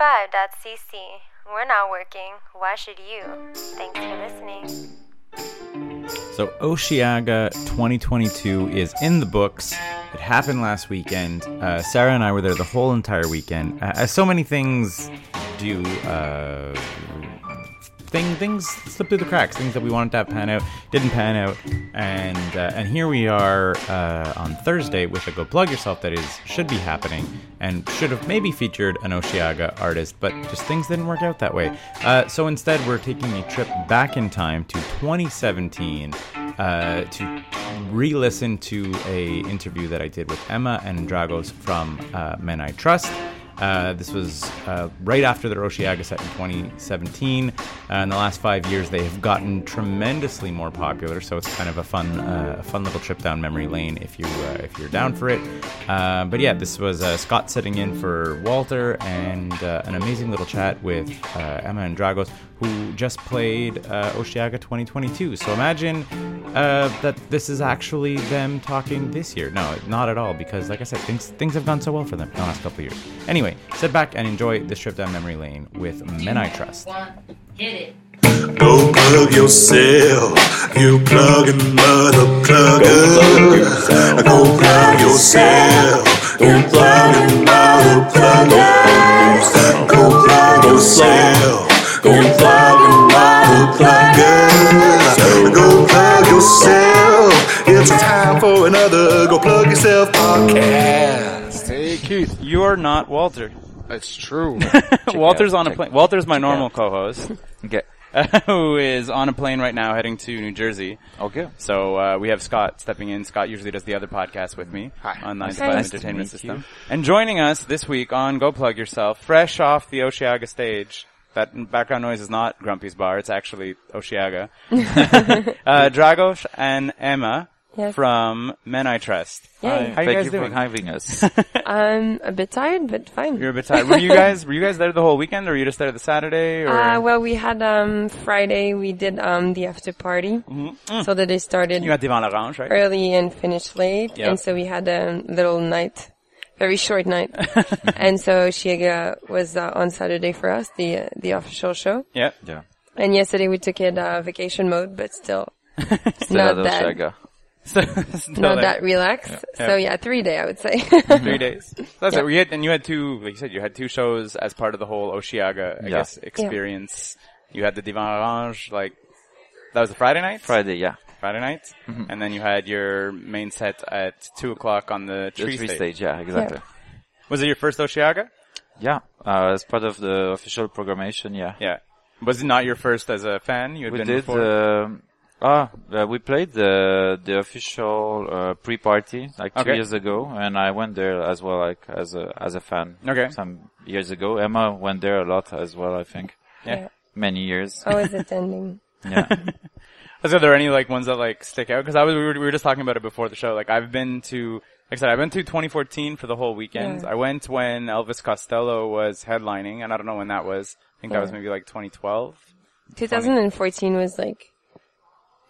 9to5.cc. We're not working. Why should you? Thanks for listening. So Oceaga 2022 is in the books. It happened last weekend. Uh, Sarah and I were there the whole entire weekend. Uh, as so many things do, uh, thing things slip through the cracks. Things that we wanted to have pan out didn't pan out, and uh, and here we are uh, on Thursday with a go plug yourself that is should be happening and should have maybe featured an Oceaga artist, but just things didn't work out that way. Uh, so instead, we're taking a trip back in time to 2017 uh, to re-listen to a interview that I did with Emma and Dragos from uh, Men I Trust. Uh, this was uh, right after the Roshiaga set in 2017. Uh, in the last five years, they have gotten tremendously more popular. So it's kind of a fun, uh, a fun little trip down memory lane if you uh, if you're down for it. Uh, but yeah, this was uh, Scott sitting in for Walter and uh, an amazing little chat with uh, Emma and Dragos, who just played uh, Oshiaga 2022. So imagine uh, that this is actually them talking this year. No, not at all, because like I said, things things have gone so well for them in the last couple of years. Anyway, sit back and enjoy this trip down memory lane with Men I Trust. Go plug yourself, you plugging mother plugger. Go plug yourself, you plugging mother plugger. Go plug yourself, you plugging mother plugger. Go plug yourself. It's time for another Go Plug Yourself podcast. Hey Keith, You're not Walter. it's true. Walter's out, on a check plane. Walter's my normal co-host, Okay. who is on a plane right now heading to New Jersey. Okay. So uh, we have Scott stepping in. Scott usually does the other podcast with me Hi. on Nine to Hi. Five Nice to Entertainment meet System. you. And joining us this week on Go Plug Yourself, fresh off the Oceaga stage. That background noise is not Grumpy's bar; it's actually Oceaga. uh, Dragos and Emma Yes. from Men I Trust. Yay. Hi. How you Thank guys you doing? for having us. I'm a bit tired, but fine. You're a bit tired. Were you guys? Were you guys there the whole weekend, or were you just there the Saturday? Or Uh, well, we had um, Friday. We did um, the after party, so that they started Mm-hmm. you got Devant l'Orange, right? early and finished late, Yeah. and so we had a little night, very short night. and so Shiega was uh, on Saturday for us, the uh, the official show. Yeah. yeah. And yesterday we took it uh, vacation mode, but still Still Not at bad. Osaka. So, still not there. that relaxed. Yeah. So yeah, three day I would say. three days. So that's Yeah. it. We had, and you had two, like you said, you had two shows as part of the whole Oshiaga, I Yeah. guess, experience. You had the Divan Orange, like, that was a Friday night? Friday, yeah. Friday night. And then you had your main set at two o'clock on the The tree, three stage. stage, yeah, exactly. Was it your first Oshiaga? Yeah. Uh, as part of the official programmation, yeah. Yeah. Was it not your first as a fan? You had We been did, before? um, ah, uh, we played the, the official, uh, pre-party like two Okay. years ago and I went there as well, like, as a, as a fan. Okay. Some years ago. Emma went there a lot as well, I think. yeah. Many years. Always attending. Yeah. So are there any like ones that like stick out? Because I was we were, we were just talking about it before the show. Like I've been to like I said, I've been to 2014 for the whole weekend. Yeah. I went when Elvis Costello was headlining, and I don't know when that was. I think that was maybe like 2012. 2014 was like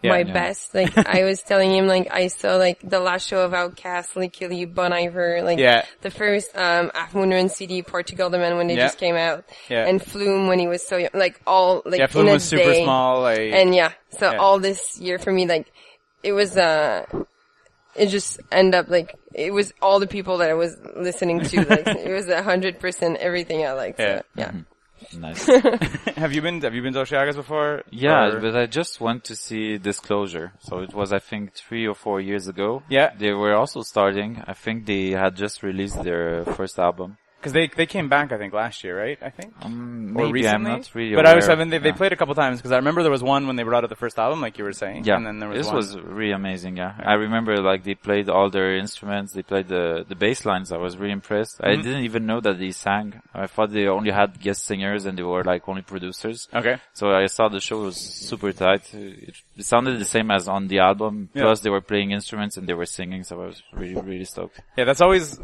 Yeah, my yeah. best. Like I was telling him, like I saw like the last show of Outcast, Lickily, Bon Iver, like Yeah. the first um Half Moon Run CD, Portugal the Man when they Yeah. just came out, Yeah. and Flume when he was so young, like all like yeah, Flume in a was super day. small. Like and and yeah, so Yeah. all this year for me, like it was uh. It just end up like it was all the people that I was listening to. Like it was a hundred percent everything I liked. Yeah. So, yeah. nice. have you been have you been to Oshiagas before? Yeah, Or- but I just went to see Disclosure. So it was, I think, three or four years ago. Yeah. They were also starting. I think they had just released their first album. Because they they came back, I think, last year, right? I think. Um, or maybe recently, I'm not really but I aware. was. I mean, they, they Yeah. played a couple times because I remember there was one when they brought out the first album, like you were saying. Yeah. and then there was this one. was really amazing. Yeah. I remember like they played all their instruments. They played the, the bass lines. I was really impressed. Mm-hmm. I didn't even know that they sang. I thought they only had guest singers and they were like only producers. okay. So I saw the show was super tight. It, it sounded the same as on the album. Yeah. Plus they were playing instruments and they were singing. So I was really, really stoked. Yeah, that's always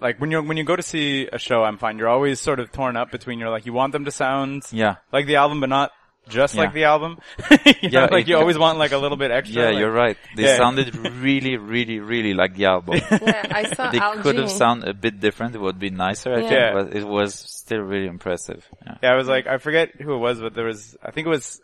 like when you when you go to see a show. I'm fine. You're always sort of torn up between you're like you want them to sound Yeah. like the album, but not just Yeah. like the album. yeah, Yeah, like it- you always want like a little bit extra. Yeah, like- you're right. They Yeah. sounded really, really, really like the album. Yeah, I saw they Al could Jean. have sound a bit different. It would be nicer, I Yeah. think, but it was still really impressive. Yeah. Yeah, I was like, I forget who it was, but there was, I think it was,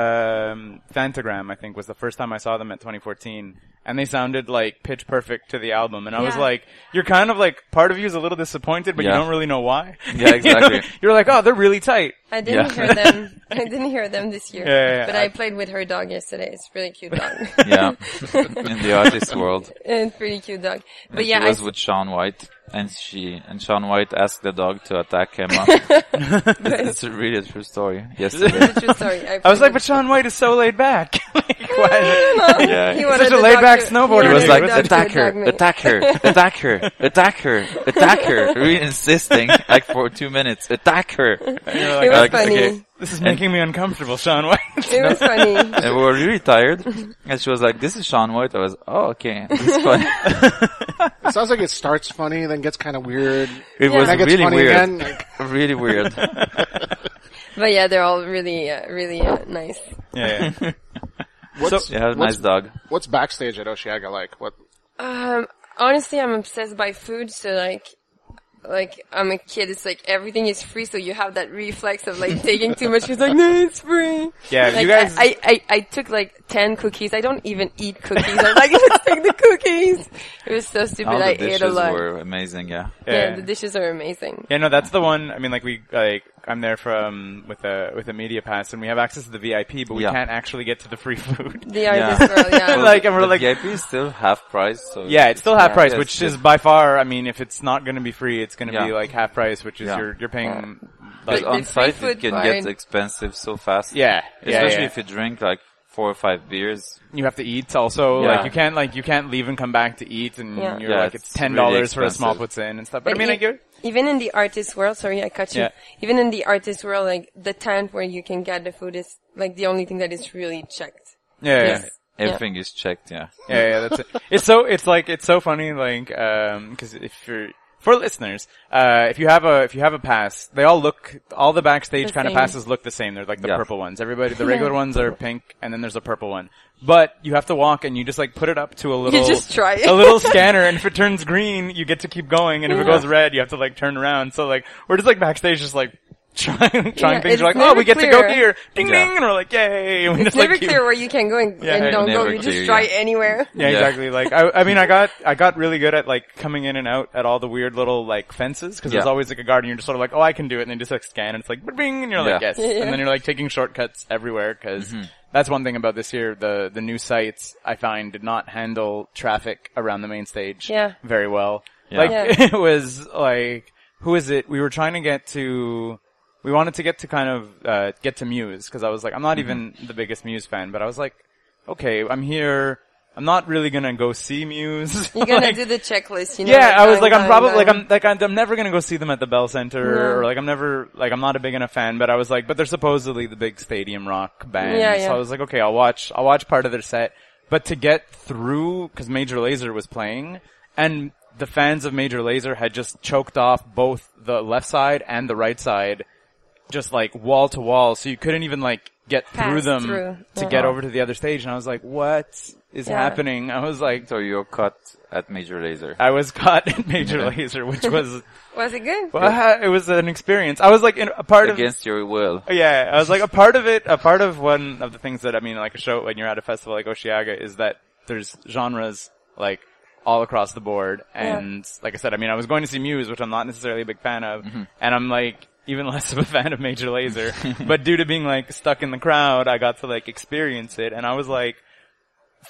um, Fantagram, I think was the first time I saw them at 2014. And they sounded like pitch perfect to the album. And I was Yeah. like, you're kind of like, part of you is a little disappointed, but Yeah. you don't really know why. Yeah, exactly. you are like, oh, they're really tight. I Yeah. didn't hear them. I didn't hear them this year. Yeah, yeah, yeah. But I, played with her dog yesterday. It's a really cute dog. Yeah. In the artist world. and pretty cute dog. But She yeah, I, was with Sean White, and she and Sean White asked the dog to attack Emma. it's, it's a really a true story. Yesterday, it's a true story. I, I was like, but Sean White is so laid back. like, why? yeah, He he's wanted such a the laid-back dog to- snowboarder. he wanted was the like, dog to attack her, me. attack her, attack her, attack her, attack her, really insisting like for two minutes, attack her. You're It like, "Oh, was Like, funny. okay. this is making me uncomfortable, Sean White. It was funny. and we were really tired. And she was like, "This is Sean White." I was, "Oh, okay, this is fun." It sounds like it starts funny, then gets kind of weird, It Yeah. was then gets really funny weird, again. Like, really weird. But yeah, they're all really, uh, really uh, nice. yeah, yeah. what's, She had a nice what's, dog. what's backstage at Oceaga like? What? Um, honestly, I'm obsessed by food, so like, like I'm a kid. It's like everything is free, so you have that reflex of like taking too much. It's like no, it's free. Yeah, Like, you guys- I, I, I, I took like ten cookies. I don't even eat cookies. I'm like, let's take the cookies. It was so stupid. All I the ate dishes a lot. were amazing. Yeah, yeah. Yeah. the dishes are amazing. Yeah, no, that's the one. I mean, like we like I'm there from with a with a media pass, and we have access to the VIP, but we Yeah. can't actually get to the free food. They are Yeah. this world. Yeah. Like, and we're the like- VIP is still half price. So Yeah, it's still half Yeah. price, Yes, which yes. is by far. I mean, if it's not going to be free, it's going to be Yeah. like half price, which is Yeah. you're you're paying. Like, But the on site, free it food can part- get expensive so fast. yeah, yeah, especially yeah. if you drink like four or five beers. you have to eat. Also, Yeah. like you can't like you can't leave and come back to eat, and Yeah. you're Yeah, like it's it's ten really dollars for a expensive. small puts in and stuff. But, I mean, e- I get. even in the artist world, sorry, I cut you. Yeah. Even in the artist world, like the tent where you can get the food is like the only thing that is really checked. Yeah, yeah. Yes. Everything is checked. Yeah, yeah, yeah, that's it. It's so, it's like, it's so funny, like, um 'cause cause if you're, for listeners, uh, if you have a, if you have a pass, they all look, all the backstage The kind of same. passes look the same. They're like the Yeah. purple ones. Everybody, the regular ones are pink, and then there's a purple one. But you have to walk and you just like put it up to a little, just try it. a little scanner, and if it turns green, you get to keep going, and if it goes red, you have to like turn around. So like, we're just like backstage, just like, Trying, trying Yeah, things it's We're like, oh, we never get to go clear. here, ding Yeah. ding, and we're like, yay! And we It's just, never like, keep- clear where you can go and, Yeah, and yeah, don't go. never You clear, just try yeah. anywhere. Yeah, Yeah. exactly. Like I, I mean, I got, I got really good at like coming in and out at all the weird little like fences because there's Yeah. always like a guard and you're just sort of like, oh, I can do it, and then just like scan and it's like bing, and you're like, Yeah. Mm-hmm. yes, Yeah, yeah. and then you're like taking shortcuts everywhere because that's one thing about this year. The the new sites I find did not handle traffic around the main stage Yeah. very well. Yeah. Like Yeah. it was like who is it? We were trying to get to. We wanted to get to kind of uh, get to Muse because I was like, I'm not even the biggest Muse fan, but I was like, okay, I'm here. I'm not really gonna go see Muse. You're gonna Like, do the checklist. You know, yeah, I was like, going, I'm going, probably like going. I'm like I'm, I'm never gonna go see them at the Bell Center No. or like I'm never like I'm not a big enough fan, but I was like, but they're supposedly the big stadium rock band, Yeah, yeah. so I was like, okay, I'll watch I'll watch part of their set, but to get through because Major Laser was playing and the fans of Major Laser had just choked off both the left side and the right side, just like wall to wall, so you couldn't even like get through Pass them through, to yeah. get over to the other stage, and I was like, what is Yeah. happening? I was like. so you're caught at Major Laser. I was caught at Major Laser, which was Was it good? well, I- it was an experience. I was like in a part of Against your will. yeah, I was like a part of it. A part of one of the things that I mean, like a show when you're at a festival like Oceaga, is that there's genres like all across the board. And like I said, I mean, I was going to see Muse, which I'm not necessarily a big fan of, and I'm like even less of a fan of Major Laser. but due to being like stuck in the crowd, I got to like experience it, and I was like.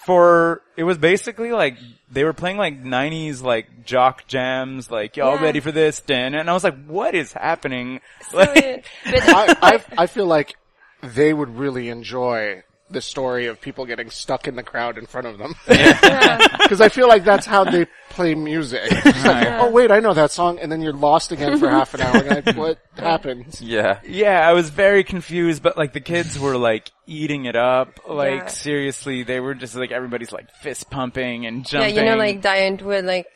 For it was basically like they were playing like '90s like jock jams, like y'all Yeah. ready for this? Then and I was like, "What is happening?" So good. But I, I I feel like they would really enjoy the story of people getting stuck in the crowd in front of them because I feel like that's how they play music. It's like, oh wait, I know that song, and then you're lost again for half an hour. and you're like, what happened? Yeah, Yeah, I was very confused, but like the kids were like eating it up. Like Yeah. seriously, they were just like everybody's like fist pumping and yeah, jumping. you know, like Diane would like.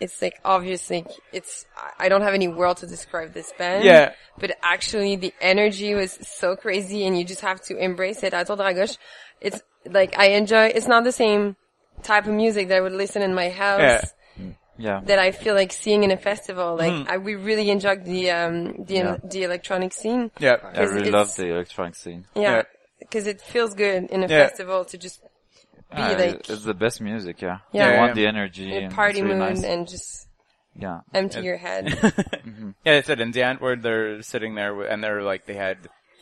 it's like obviously it's I- I don't have any word to describe this band. Yeah. But actually the energy was so crazy and you just have to embrace it. I told Dragosh, it's like I enjoy it's not the same type of music that I would listen in my house Yeah. Yeah. that I feel like seeing in a festival. Like I, we really enjoyed the um the the electronic scene. Yeah. I really it's- love the electronic scene. Yeah. Yeah. Because it feels good in a Yeah. festival to just be Yeah, like Uh, it's the best music, yeah. Yeah. You Yeah, want yeah. the energy. in a and party it's really mood nice. and just yeah. empty your head. Yeah, they said in Antwoord they're sitting there wi- and they're like they had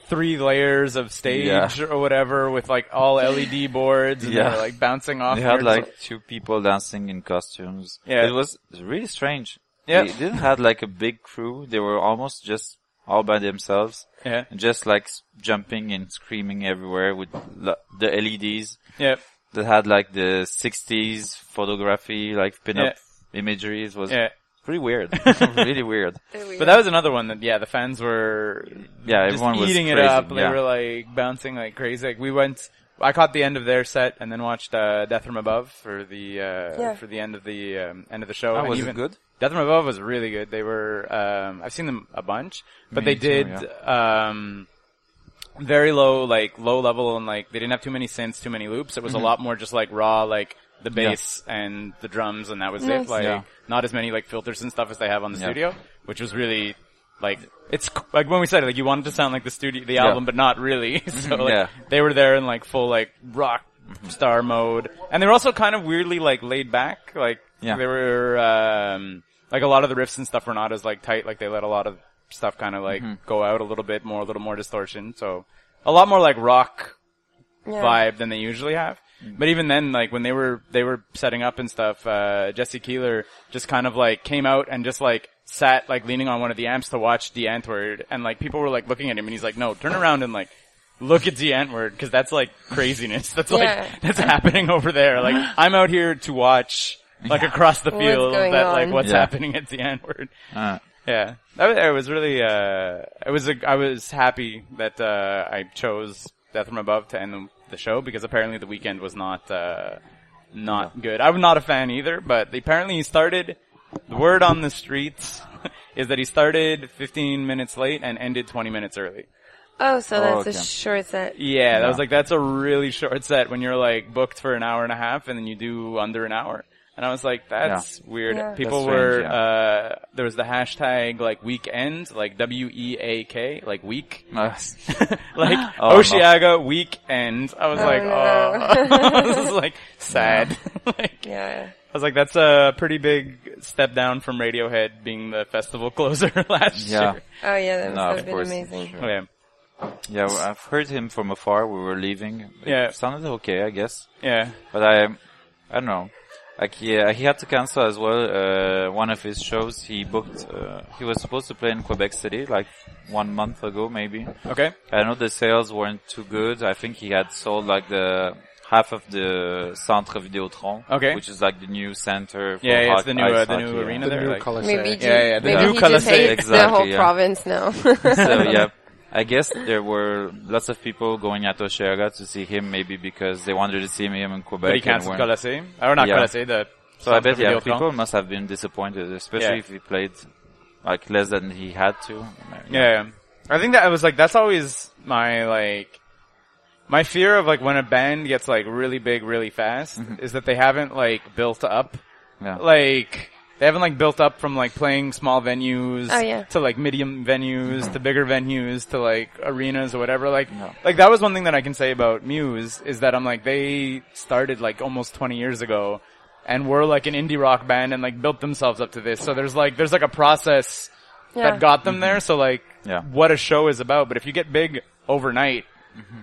three layers of stage Yeah. or whatever with like all LED boards and Yeah. they're like bouncing off. They had nerds. like two people dancing in costumes. Yeah. It was really strange. Yeah. They didn't have like a big crew. They were almost just all by themselves. yeah, And just like s- jumping and screaming everywhere with l- the LEDs yeah, that had like the 60s photography, like pinup imagery. It was yeah. pretty weird. really weird. But that was another one that yeah, the fans were Yeah, just everyone was eating it crazy, up. yeah. They were like bouncing like crazy. Like we went. I caught the end of their set and then watched uh, Death from Above for the uh, Yeah. for the end of the um, end of the show. Oh, And was it even- good? Death from Above was really good. They were um, I've seen them a bunch, but Me they too, did um, very low like low level and like they didn't have too many synths, too many loops. It Mm-hmm. was a lot more just like raw like the bass and the drums and that was Nice. it. Like Yeah. not as many like filters and stuff as they have on the Yeah. studio, which was really like it's c- like when we said it, like you wanted to sound like the studio, the album, but not really. so like Mm-hmm. Yeah. Mm-hmm. they were there in like full like rock star mode, and they were also kind of weirdly like laid back. Like Yeah. they were um, like a lot of the riffs and stuff were not as like tight. Like they let a lot of stuff kind of like Mm-hmm. go out a little bit more, a little more distortion. So a lot more like rock Yeah. vibe than they usually have. But even then, like when they were they were setting up and stuff, uh, Jesse Keeler just kind of like came out and just like sat like leaning on one of the amps to watch De Antwoord, and like people were like looking at him, and he's like, "No, turn around and like." Look at De Antwoord because that's like craziness. That's Yeah. like that's happening over there. Like I'm out here to watch like across the What's field going that like on? what's Yeah. happening at De Antwoord. Uh, Yeah, that was, it was really. Uh, it was. A, I was happy that uh, I chose Death from Above to end the, the show because apparently the weekend was not uh, not good. I'm not a fan either, but apparently he started. The word on the streets is that he started 15 minutes late and ended 20 minutes early. Oh, so that's a okay. short set. Yeah, that was like that's a really short set when you're like booked for an hour and a half and then you do under an hour. And I was like, that's weird. Yeah. People That's were strange, yeah. uh there was the hashtag like weekend, like W E A K, like week. like Oh, no. Oshiaga weekend. I was like, oh this is like sad. like Yeah. I was like, that's a pretty big step down from Radiohead being the festival closer last Yeah. year. Oh yeah, that must No, have of been course. amazing. Sure. Oh, yeah. Yeah, well, I've heard him from afar. We were leaving. It Yeah. sounded okay, I guess. Yeah. But I, I don't know. Like he, uh, he had to cancel as well. Uh, one of his shows he booked. Uh, he was supposed to play in Quebec City like one month ago, maybe. Okay. I know the sales weren't too good. I think he had sold like the half of the Centre Vidéotron, Okay. which is like the new center. For Yeah, yeah, it's hoc- the new, ice uh, the hockey, new yeah. arena The there. new like- Coliseo. Maybe, he- Yeah, yeah, the maybe new he colours just hates the exactly, whole yeah. province now. so yeah, I guess there were lots of people going at Oshiaga to see him, maybe because they wanted to see him in Quebec. But he and canceled weren't- Colossi. Or not Yeah. Colossi, the So I bet Centre yeah, Vidéotron. people must have been disappointed, especially Yeah. if he played like less than he had to. Yeah. I think that I was like, that's always my like, my fear of like when a band gets like really big really fast Mm-hmm. is that they haven't like built up, Yeah. like, they haven't like built up from like playing small venues Oh, yeah. to like medium venues to bigger venues to like arenas or whatever. Like, No. like that was one thing that I can say about Muse is that I'm like, they started like almost 20 years ago and were like an indie rock band and like built themselves up to this. So there's like, there's like a process yeah. that got them there. So like, Mm-hmm. Yeah. what a show is about. But if you get big overnight,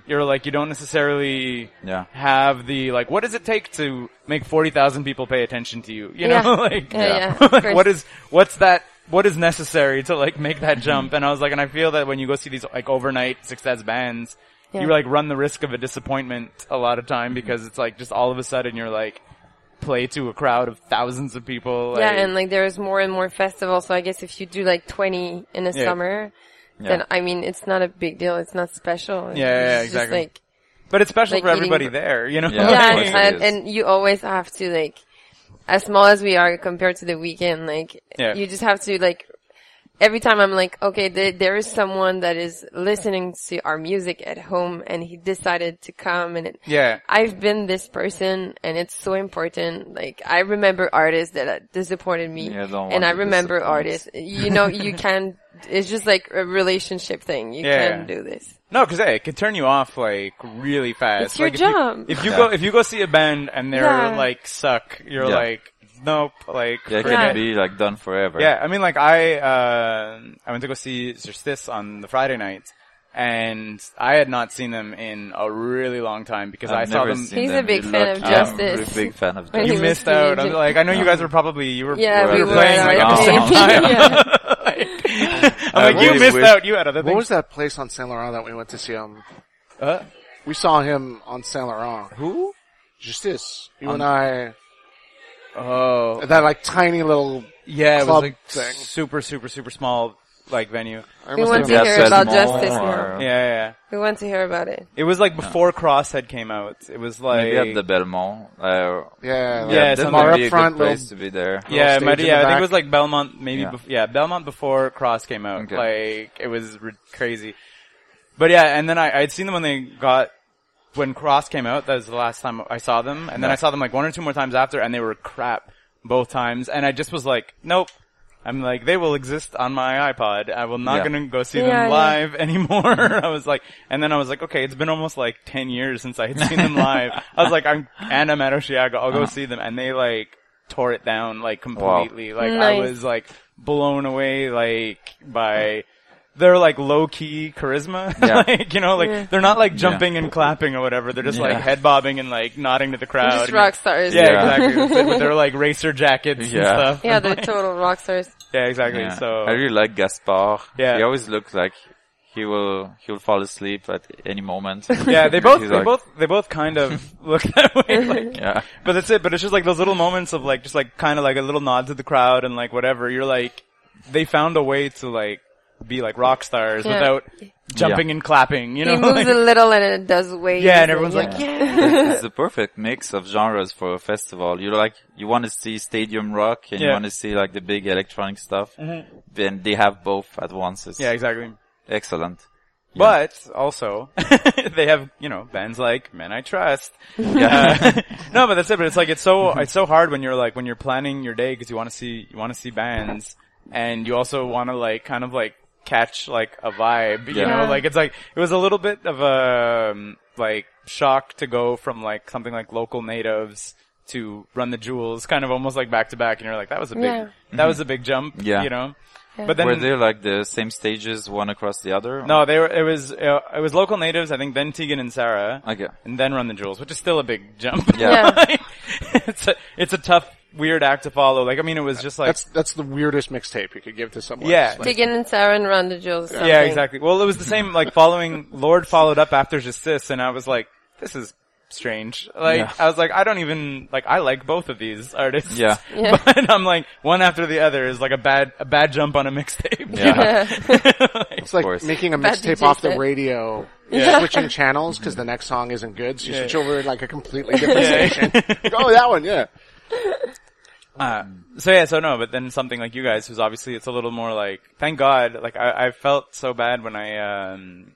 you're like, you don't necessarily Mm-hmm. Yeah. have the, like, what does it take to make 40,000 people pay attention to you? You Yeah. know, like, Yeah, yeah, of like, course. what is, what's that, what is necessary to like make that jump? And I was like, and I feel that when you go see these like overnight success bands, Yeah. you like run the risk of a disappointment a lot of time because it's like just all of a sudden you're like, play to a crowd of thousands of people. yeah, and like there is more and more festivals. So I guess if you do like 20 in a Yeah. summer, then I mean it's not a big deal. It's not special. It's Yeah, yeah, just exactly. like but it's special like for eating- everybody there, you know? Yeah. yeah, Of and, course it and, is. and you always have to like as small as we are compared to the weekend, like Yeah. you just have to like every time I'm like, okay, th- there is someone that is listening to our music at home, and he decided to come, and it, Yeah. I've been this person, and it's so important. Like I remember artists that uh, disappointed me, Yeah, don't want and I to remember disappoint. artists. You know, you can. It's just like a relationship thing. You Yeah. can do this. No, because hey, it can turn you off like really fast. It's your like, job. If you, if you go, if you go see a band and they're Yeah. like suck, you're Yeah. like, nope, like Yeah, it forget can it. be like done forever. Yeah, I mean, like I uh, I went to go see Solstice on the Friday night, and I had not seen them in a really long time because i I've saw never them. seen He's a them. big You're fan of lucky. I'm a Justice. big fan of Justice. When You He was missed out. I'm teenager. like, I know you guys were probably you were Yeah, you we were were. playing like at every all single times. time. Yeah. I'm like, I you really missed wish- out. You had other What was things. that place on Saint Laurent that we went to see him? Uh, We saw him on Saint Laurent. who? Justice, you and I, Oh, that like tiny little. yeah, it was Club like thing. super, super, super small like venue. I We must want have to been- That's hear about small justice or- now. Yeah, yeah. yeah. We want to hear about it. It was like before Crosshead came out. It was like Maybe at the Belmont. Uh, yeah, like, Yeah, that something bar might up be a front, good place to little- be there. yeah, stage might- in yeah. I the think back. it was like Belmont, maybe yeah, Yeah. yeah Belmont before Cross came out. Okay. Like it was re- crazy. But yeah, and then I I'd seen them when they got when Cross came out. That was the last time I saw them, and then Yeah. I saw them like one or two more times after, and they were crap both times. And I just was like, nope. I'm like, they will exist on my iPod. I will not Yeah. gonna go see Yeah, them yeah. live anymore. I was like, and then I was like, okay, it's been almost like 10 years since I had seen them live. I was like, I'm, and I'm at Oshiaga. I'll Uh-huh. go see them. And they like tore it down like completely. Like I Nice. was like blown away like by their like low key charisma. Yeah. like, you know, like Yeah. they're not like jumping and clapping or whatever. They're just like Yeah. head bobbing and like nodding to the crowd. Just And- rock stars. Yeah, Uh, Yeah. exactly. With their- With their like racer jackets and Yeah. stuff. Yeah, they're total rock stars. Yeah, exactly. Yeah. So I really like Gaspar. Yeah. He always looks like he will he will fall asleep at any moment. yeah, they both He's they like- both they both kind of look that way. Like, Yeah. But that's it. But it's just like those little moments of like just like kind of like a little nod to the crowd and like whatever. You're like they found a way to like be like rock stars Yeah. without jumping and clapping. You know, He moves Like, a little and it does waves. yeah, and everyone's like yeah. it's the perfect mix of genres for a festival. You like you want to see stadium rock and you Yeah. Mm-hmm. want to see like the big electronic stuff. Then they have both at once. It's yeah, exactly. excellent. But also, they have you know bands like Men I Trust. Uh, no, but that's it. But it's like it's so Mm-hmm. it's so hard when you're like when you're planning your day because you want to see you want to see bands and you also want to like kind of like catch like a vibe. You Yeah. know, like it's like it was a little bit of a um, like shock to go from like something like local natives to Run the Jewels, kind of almost like back to back, and you're like that was a big Yeah. that was a big jump. Mm-hmm. Yeah. you know. But then Were they like the same stages one across the other? no, they were. It was uh, it was local natives. I think then Tegan and Sarah. Okay. And then Run the Jewels, which is still a big jump. Yeah. it's a it's a tough weird act to follow. Like I mean, it was just like That's that's the weirdest mixtape you could give to someone. Yeah. It's like- Tegan and Sarah and Ronda Jules. Something. yeah, exactly. Well, it was the same. Like following Lord followed up after Justice, and I was like, this is strange. Like Yeah. I was like, I don't even like I like both of these artists. Yeah. Yeah. But I'm like one after the other is like a bad a bad jump on a mixtape. Yeah. Like, It's like course. making a Bad mixtape DJ off the set. radio, switching channels because the next song isn't good, so you switch over to like a completely different station. Like, oh, that one, yeah. So yeah, so no, but then something like you guys, who's obviously it's a little more like, thank God, like I, I felt so bad when I um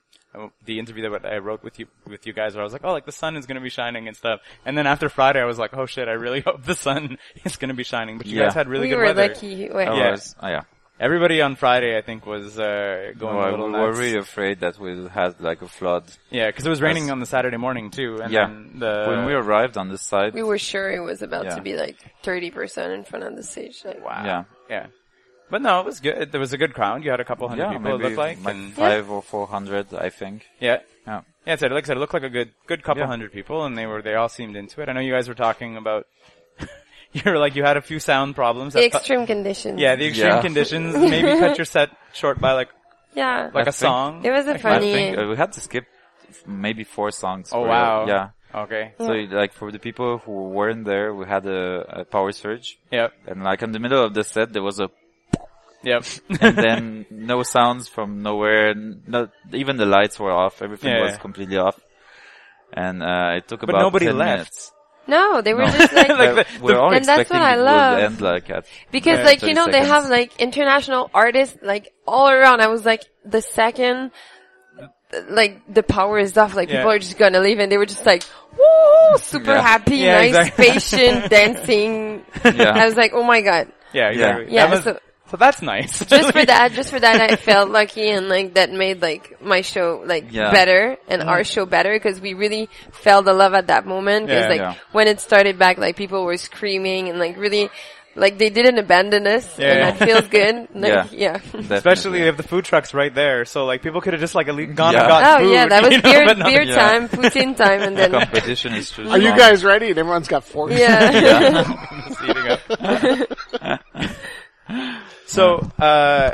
the interview that I wrote with you with you guys, where I was like, oh, like the sun is gonna be shining and stuff, and then after Friday, I was like, oh shit, I really hope the sun is gonna be shining. But you Yeah. guys had really we good were weather. lucky. Wait. Oh, Yeah. I was- oh, yeah. Everybody on Friday, I think, was uh, going a Well, little we were nuts. really afraid that we'll have like a flood. yeah, because it was raining That's- on the Saturday morning too, and Yeah. then the when we arrived on the site, We were sure it was about Yeah. to be like 30% in front of the stage. Like, wow. yeah, yeah. But no, it was good. There was a good crowd. You had a couple hundred yeah, people. It maybe looked like, like and five or four hundred, I think. yeah, Yeah. Yeah, so like I said, it looked like a good good couple Yeah. hundred people, and they were they all seemed into it. I know you guys were talking about you were like you had a few sound problems. The that fu- extreme conditions. yeah, the extreme Yeah. conditions. Maybe cut your set short by like Yeah. like a think- song. it was a I funny. think uh, we had to skip f- maybe four songs. oh for- wow. Yeah. Okay. So like for the people who weren't there, we had a, a power surge, Yep. and like in the middle of the set, there was a Yep. and then no sounds from nowhere. n- Not even the lights were off. Everything Yeah, was yeah. completely off. And uh, it took But about nobody 10 left. minutes. No, they were just like, Like, we're all And that's expecting what I it would love. end like at because uh, like you 30 know they have seconds. like international artists like all around. I was like the second, like the power is off. Like Yeah. people are just gonna leave, and they were just like. Woo! Super Yeah. happy, Yeah, nice, exactly. patient, dancing. Yeah. I was like, oh my god. Yeah, exactly. Yeah, That was- so- so that's nice. just for that, just for that, I felt lucky and like that made like my show like Yeah. better and our show better because we really felt the love at that moment. Because Yeah, like yeah. when it started back, like people were screaming and like really, like they didn't abandon us, Yeah. and that feels good. Like, yeah. Especially Definitely. if the food truck's right there, so like people could have just like at least gone Yeah. and got Oh food. yeah, that was you know, beer, but not- beer Yeah. time, Putin time, and then competition is too Are you strong. guys ready? And everyone's got forks. yeah. just eating up. so, uh,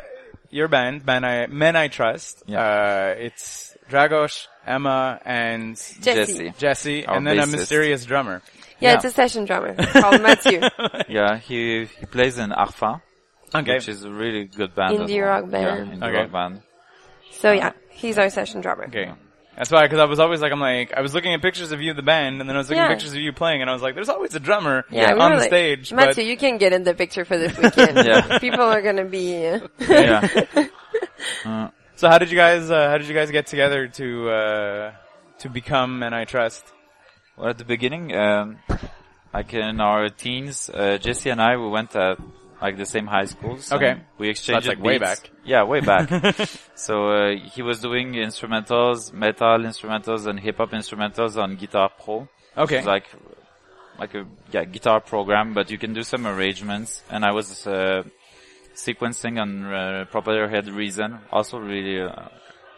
your band, Men I, Men I Trust, Yeah. uh, it's Dragos, Emma, and Jesse. Jesse, Our and then a bassist. mysterious drummer. Yeah, it's a session drummer called Mathieu, Yeah, he he plays in Arfa, Okay. which is a really good band. as Indie well. rock band. Yeah, indie Okay. rock band. So yeah, he's our session drummer. okay. That's why, because I was always like, I'm like, I was looking at pictures of you, the band, and then I was looking at Yeah. pictures of you playing, and I was like, there's always a drummer Yeah, we on were the like, stage. Matthew, but you can get in the picture for this weekend. Yeah. People are gonna be. Uh, Yeah. So how did you guys? Uh, how did you guys get together to uh, to become and I trust? Well, at the beginning, um, like in our teens, uh, Jesse and I, we went to like the same high schools. and Okay. We exchanged That's, like, way beats. back. Yeah, way back. so uh, he was doing instrumentals, metal instrumentals, and hip hop instrumentals on Guitar Pro. Okay. It's like like a yeah, guitar program, but you can do some arrangements. And I was uh, sequencing on uh, Propeller Head Reason, also really uh,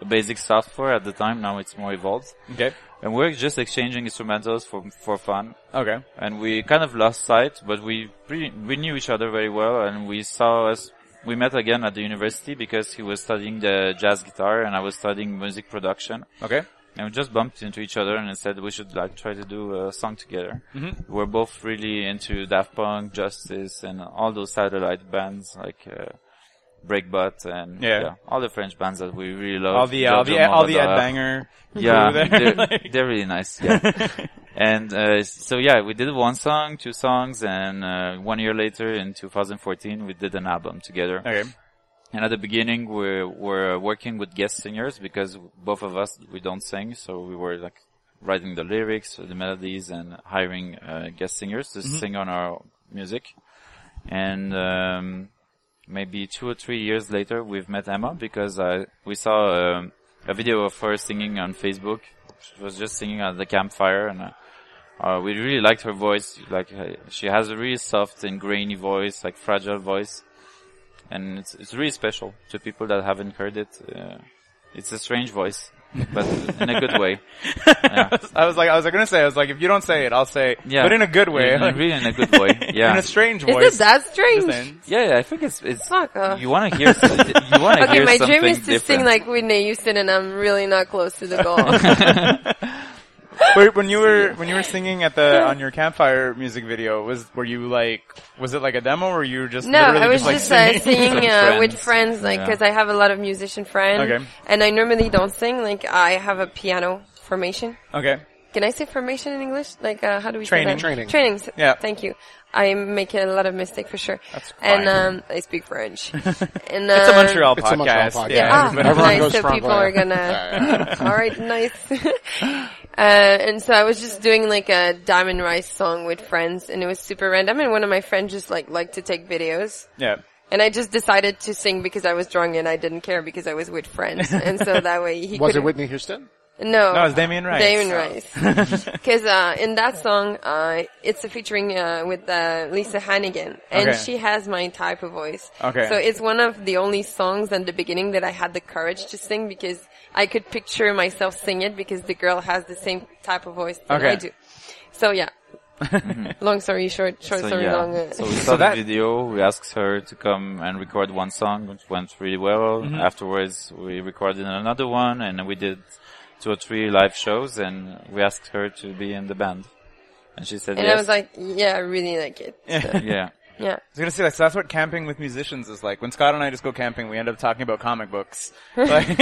basic software at the time. Now it's more evolved. Okay. And we're just exchanging instrumentals for for fun. Okay. And we kind of lost sight, but we pretty, we knew each other very well, and we saw us. We met again at the university because he was studying the jazz guitar and I was studying music production. Okay. And we just bumped into each other and said we should like try to do a song together. Mm-hmm. We're both really into Daft Punk, Justice, and all those satellite bands like uh, Breakbot and Yeah. all the French bands that we really love. All the uh, all Giorgio the all the Ed Moroder. Banger. Yeah, crew there, they're, like- they're really nice. Yeah. and uh, so yeah, we did one song, two songs, and uh, one year later in 2014 we did an album together. Okay. And at the beginning we were working with guest singers because both of us we don't sing, so we were like writing the lyrics, the melodies, and hiring uh, guest singers to sing on our music. And um, maybe two or three years later, we've met Emma because uh, we saw um, a video of her singing on Facebook. She was just singing at the campfire, and uh, uh, we really liked her voice. Like uh, she has a really soft and grainy voice, like fragile voice, and it's it's really special to people that haven't heard it. Uh, it's a strange voice, but in a good way. Yeah. I was like, I was like, gonna say, I was like, if you don't say it, I'll say, Yeah. but in a good way, In a- like, really in a good way. Yeah. in a strange Is voice. it that Just strange? saying. Yeah, yeah, I think it's it's Fuck off. you want to hear some- you want to Okay, hear my something dream is to different. sing like Whitney Houston, and I'm really not close to the goal. But when you were when you were singing at the on your campfire music video, was were you like was it like a demo or you were just no, literally I was just, just like uh, Some singing uh, with friends. friends, like because I have a lot of musician friends, Okay. and I normally don't sing. Like I have a piano formation. okay Can I say formation in English? Like, uh, how do we Training. say that? Training. Training. Training. Yeah. Thank you. I make a lot of mistake for sure. That's fine. And um, I speak French. and, uh, it's a Montreal It's podcast a Montreal podcast. yeah Ah, everybody- Everyone nice. goes So front people row. are gonna. All right, nice. uh, and so I was just doing like a Diamond Rice song with friends, and it was super random. And one of my friends just like liked to take videos, yeah and I just decided to sing because I was drunk and I didn't care because I was with friends, and so that way he Was it couldn't- Whitney Houston? No, No, it's Damien Rice. Damien Rice, because uh, in that song, uh, it's a featuring uh, with uh, Lisa Hannigan, and Okay. she has my type of voice. Okay. so it's one of the only songs in the beginning that I had the courage to sing because I could picture myself sing it because the girl has the same type of voice that Okay. I do. So yeah. long story short, short so story yeah. long. Uh, So we saw So that- the video. We asked her to come and record one song, which went really well. Mm-hmm. Afterwards, we recorded another one, and we did two or three live shows. And we asked her to be in the band, and she said and yes. I was like, yeah, I really like it. yeah. I Yeah. was gonna say that. So that's what camping with musicians is like. When Scott and I just go camping, we end up talking about comic books like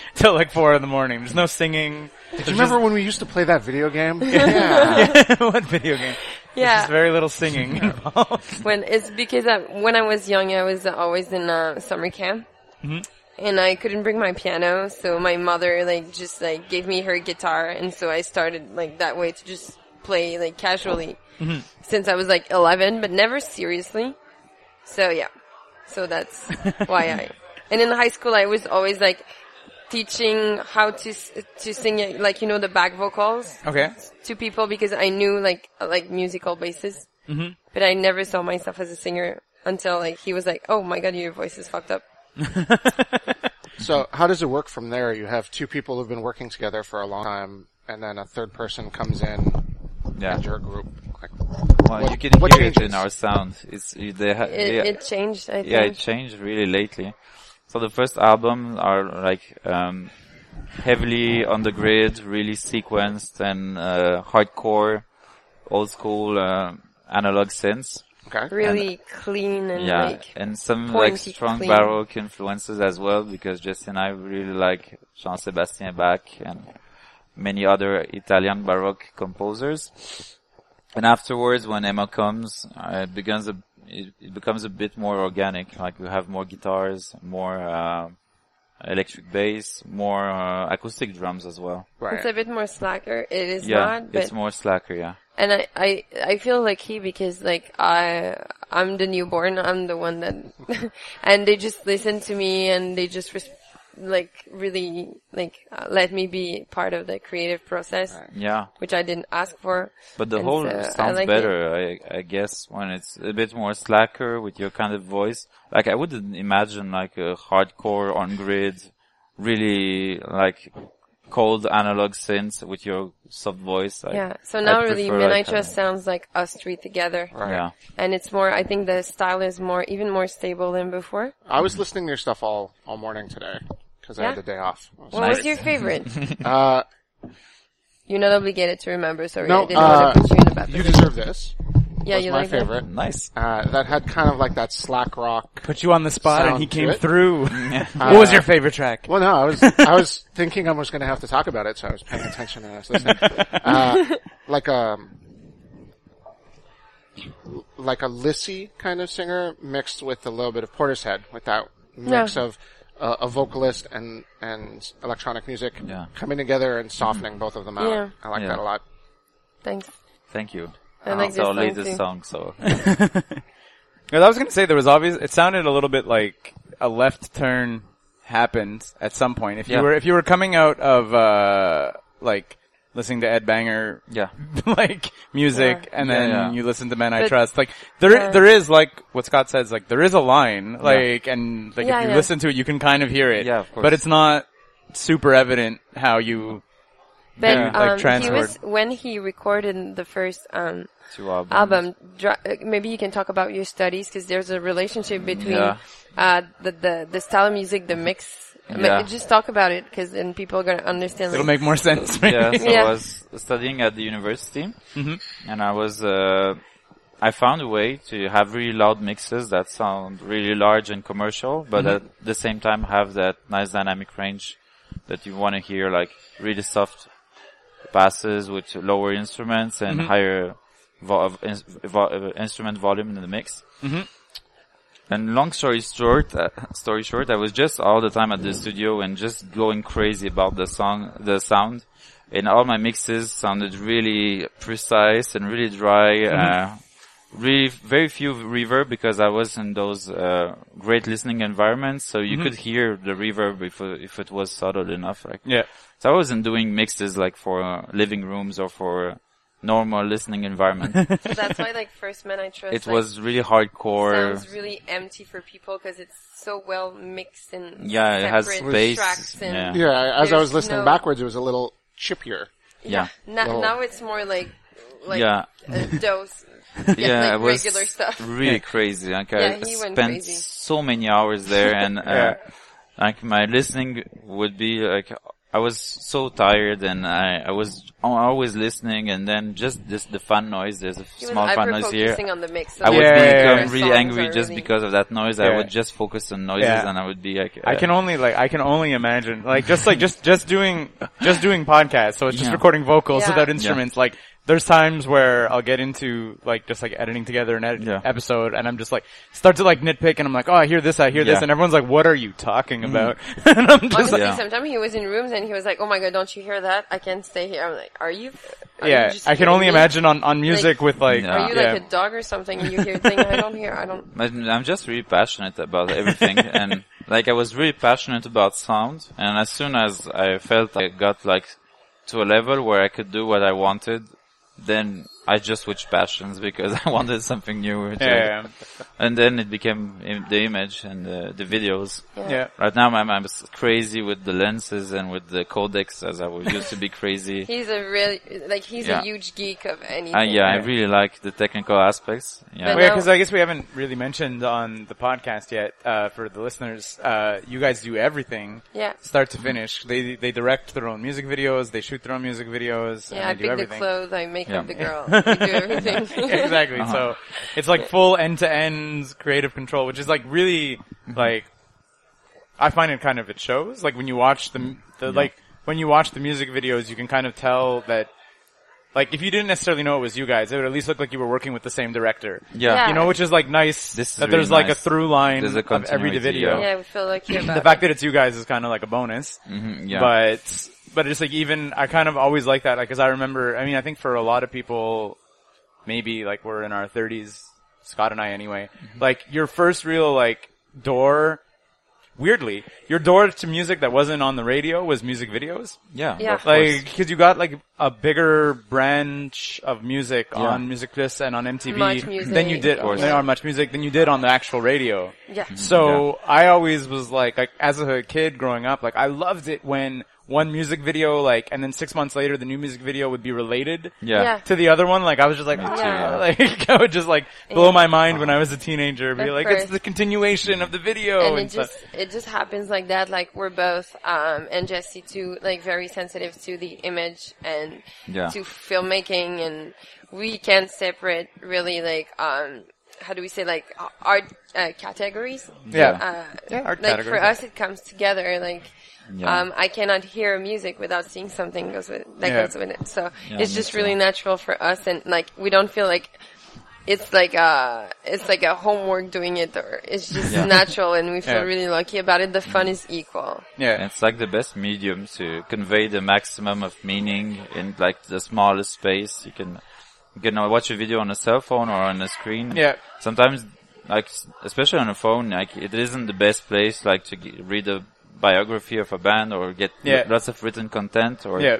till like four in the morning. There's no singing. Do you remember when we used to play that video game? Yeah. what video game? Yeah. There's very little singing involved. when it's because I, when I was young, I was always in uh, summer camp, and I couldn't bring my piano, so my mother like just like gave me her guitar, and so I started like that way to just play like casually since I was like 11, but never seriously. So yeah, so that's why I. And in high school, I was always like teaching how to s- to sing like you know the back vocals Okay. to people because I knew like like musical bases, Mm-hmm. but I never saw myself as a singer until like he was like, "Oh my god, your voice is fucked up." So how does it work from there? You have two people who've been working together for a long time, and then a third person comes in Yeah. and your group. Like, Well, What- you can what hear it in changes? our sound. It's they ha- It, yeah, it changed. I think. yeah, it changed really lately. So the first album are like um, heavily on the grid, really sequenced and uh, hardcore, old school uh, analog synths. okay. really clean and Yeah, like and some like pointy, strong clean. baroque influences as well, because Jesse and I really like Jean-Sébastien Bach and many other Italian baroque composers. And afterwards, when Emma comes, uh, it becomes a it, it becomes a bit more organic. Like we have more guitars, more uh, electric bass, more uh, acoustic drums as well. it's a bit more slacker. It is yeah, not, but it's more slacker. Yeah, and I, I I feel lucky because like I I'm the newborn. I'm the one that, and they just listen to me and they just res- like really like uh, let me be part of the creative process. yeah. which I didn't ask for. But the And whole so I sounds like better, I, I guess, when it's a bit more slacker with your kind of voice. Like I wouldn't imagine like a hardcore on grid, really like cold analog synth with your soft voice. I, Yeah. So I now really, prefer, like, miniature uh, sounds like us three together. Yeah. And it's more, I think the style is more, even more stable than before. I was listening to your stuff all all morning today because I Yeah? had the day off. What was your favorite? Uh, You're not obligated to remember, sorry. I no, didn't uh, want to put you in a bad you position. deserve this. Yeah, was you my like that? favorite. Nice. Uh, that had kind of like that slack rock. Put you on the spot, and Sound he to came it. through. what was your Uh, favorite track? Well, no, I was I was thinking I was going to have to talk about it, so I was paying attention and I was listening. Uh, like a like a Lissy kind of singer mixed with a little bit of Portishead, with that mix Yeah. of uh, a vocalist and and electronic music Yeah. coming together and softening both of them out. Mm-hmm. Yeah. I like Yeah. that a lot. Thanks. Thank you. I like It's this our song latest too. Uh-huh. song, so Because I was going to say there was obvious. It sounded a little bit like a left turn happened at some point. If you Yeah. were if you were coming out of uh like listening to Ed Banger, yeah. like music, and then Yeah, yeah. you listen to Men I But- Trust, like there Yeah. there is like what Scott says, like there is a line, like and like Yeah, if you yeah. listen to it, you can kind of hear it. Yeah, of course. But it's not super evident how you. But, Yeah, like um, he Transword. was, when he recorded the first, um, Two albums. album, dra- uh, maybe you can talk about your studies because there's a relationship between Yeah. uh, the, the the style of music, the mix. Ma- Yeah. Just talk about it because then people are gonna understand. It'll like, make more sense. Maybe. yeah, so Yeah. I was studying at the university, and I was, uh, I found a way to have really loud mixes that sound really large and commercial, but at the same time have that nice dynamic range that you want to hear, like really soft passes with lower instruments and higher vo- ins- vo- uh, instrument volume in the mix. And long story short, uh, story short, I was just all the time at the studio and just going crazy about the song, the sound, and all my mixes sounded really precise and really dry. Uh, really, very few reverb because I was in those uh, great listening environments, so you could hear the reverb if uh, if it was subtle enough. Like, Yeah. so I wasn't doing mixes like for uh, living rooms or for normal listening environment. that's why like first man I trust. it like, was really hardcore. sounds really empty for people because it's so well mixed and Yeah, it has separate space, tracks and yeah. Yeah, as I There's was listening no- backwards, it was a little chippier. yeah. Now, Well- now it's more like like Yeah. a dose. yeah, like it was regular stuff. really crazy. Like Yeah, I he went spent crazy. so many hours there, and uh, like my listening would be like I was so tired and I, I was al- always listening and then just this, the fan noise, there's a He was small fan noise here. hyper-focusing on the mix. I of would the Yeah. become songs really angry already. just because of that noise. Yeah. I would just focus on noises Yeah. and I would be like, I uh, can only like I can only imagine like just like just just doing just doing podcasts. So it's just Yeah. recording vocals Yeah. without instruments. Like there's times where I'll get into like just like editing together an edit Yeah. episode, and I'm just like start to like nitpick, and I'm like, oh, I hear this, I hear Yeah. this, and everyone's like, what are you talking about? and I'm just Honestly, Yeah. sometimes he was in rooms and he was like, "Oh my god, don't you hear that? I can't stay here." I'm like, "Are you?" are you yeah, just I can kidding only me? imagine on on music with like Yeah. Are you yeah. like a dog or something? You hear thing I don't hear. I don't. I'm I'm just really passionate about everything and like I was really passionate about sound and as soon as I felt I got like to a level where I could do what I wanted, then I just switched passions because I wanted something new. which I- yeah, And then it became im- the image and the, the videos. yeah, yeah. Right now I'm, I'm s- crazy with the lenses and with the codecs as I was used to be crazy. He's a really like he's Yeah. a huge geek of anything. Uh, yeah, I Yeah. really like the technical aspects. Yeah. But Well, yeah, now- because I guess we haven't really mentioned on the podcast yet uh, for the listeners. Uh, you guys do everything, Yeah. start to finish. They they direct their own music videos, they shoot their own music videos, Yeah, I and they do pick the everything. clothes, I make up the Yeah. girl, I do everything. exactly. Uh-huh. So it's like full end to end creative control, which is like really Mm-hmm. like I find it kind of it shows. Like when you watch the the like when you watch the music videos, you can kind of tell that. Like if you didn't necessarily know it was you guys, it would at least look like you were working with the same director. Yeah. Yeah. You know, which is like nice This is that really there's like a nice. through line There's a of every continuity, video. yeah. Yeah, we feel lucky about The fact that it's you guys is kind of like a bonus. Mhm, yeah. But but it's like even I kind of always like that like because I remember I mean I think for a lot of people maybe like we're in our 30s Scott and I anyway Mm-hmm. like your first real like door weirdly your door to music that wasn't on the radio was music videos yeah. Yeah. of course. like because you got like a bigger branch of music Yeah. on Music Plus and on MTV Much Music. than you did Of course. than on Much Music than you did on the actual radio yeah. Mm-hmm. so I always was like, like as a kid growing up, like I loved it when one music video, like, and then six months later, the new music video would be related yeah. Yeah. to the other one. Like I was just like, too, "Ah," yeah. like I would just like blow my mind when I was a teenager, be At like, it's first. the continuation of the video and and, it stuff. just it just happens like that. Like we're both um, and Jesse too, like very sensitive to the image and Yeah. to filmmaking, and we can't separate really like um, how do we say like a- art uh, categories. yeah. Uh, art like categories, for yeah. us, it comes together. Like Yeah. um, I cannot hear music without seeing something goes with that Yeah. goes with it. So me it's just too. really natural for us, and like we don't feel like it's like a it's like a homework doing it, or it's just Yeah. natural, and we feel Yeah. really lucky about it. The fun is equal. yeah. It's like the best medium to convey the maximum of meaning in like the smallest space. You can, you can watch a video on a cell phone or on a screen. Yeah. Sometimes, like, s- especially on a phone, like, it isn't the best place, like, to g- read a biography of a band or get Yeah. lots of written content or Yeah.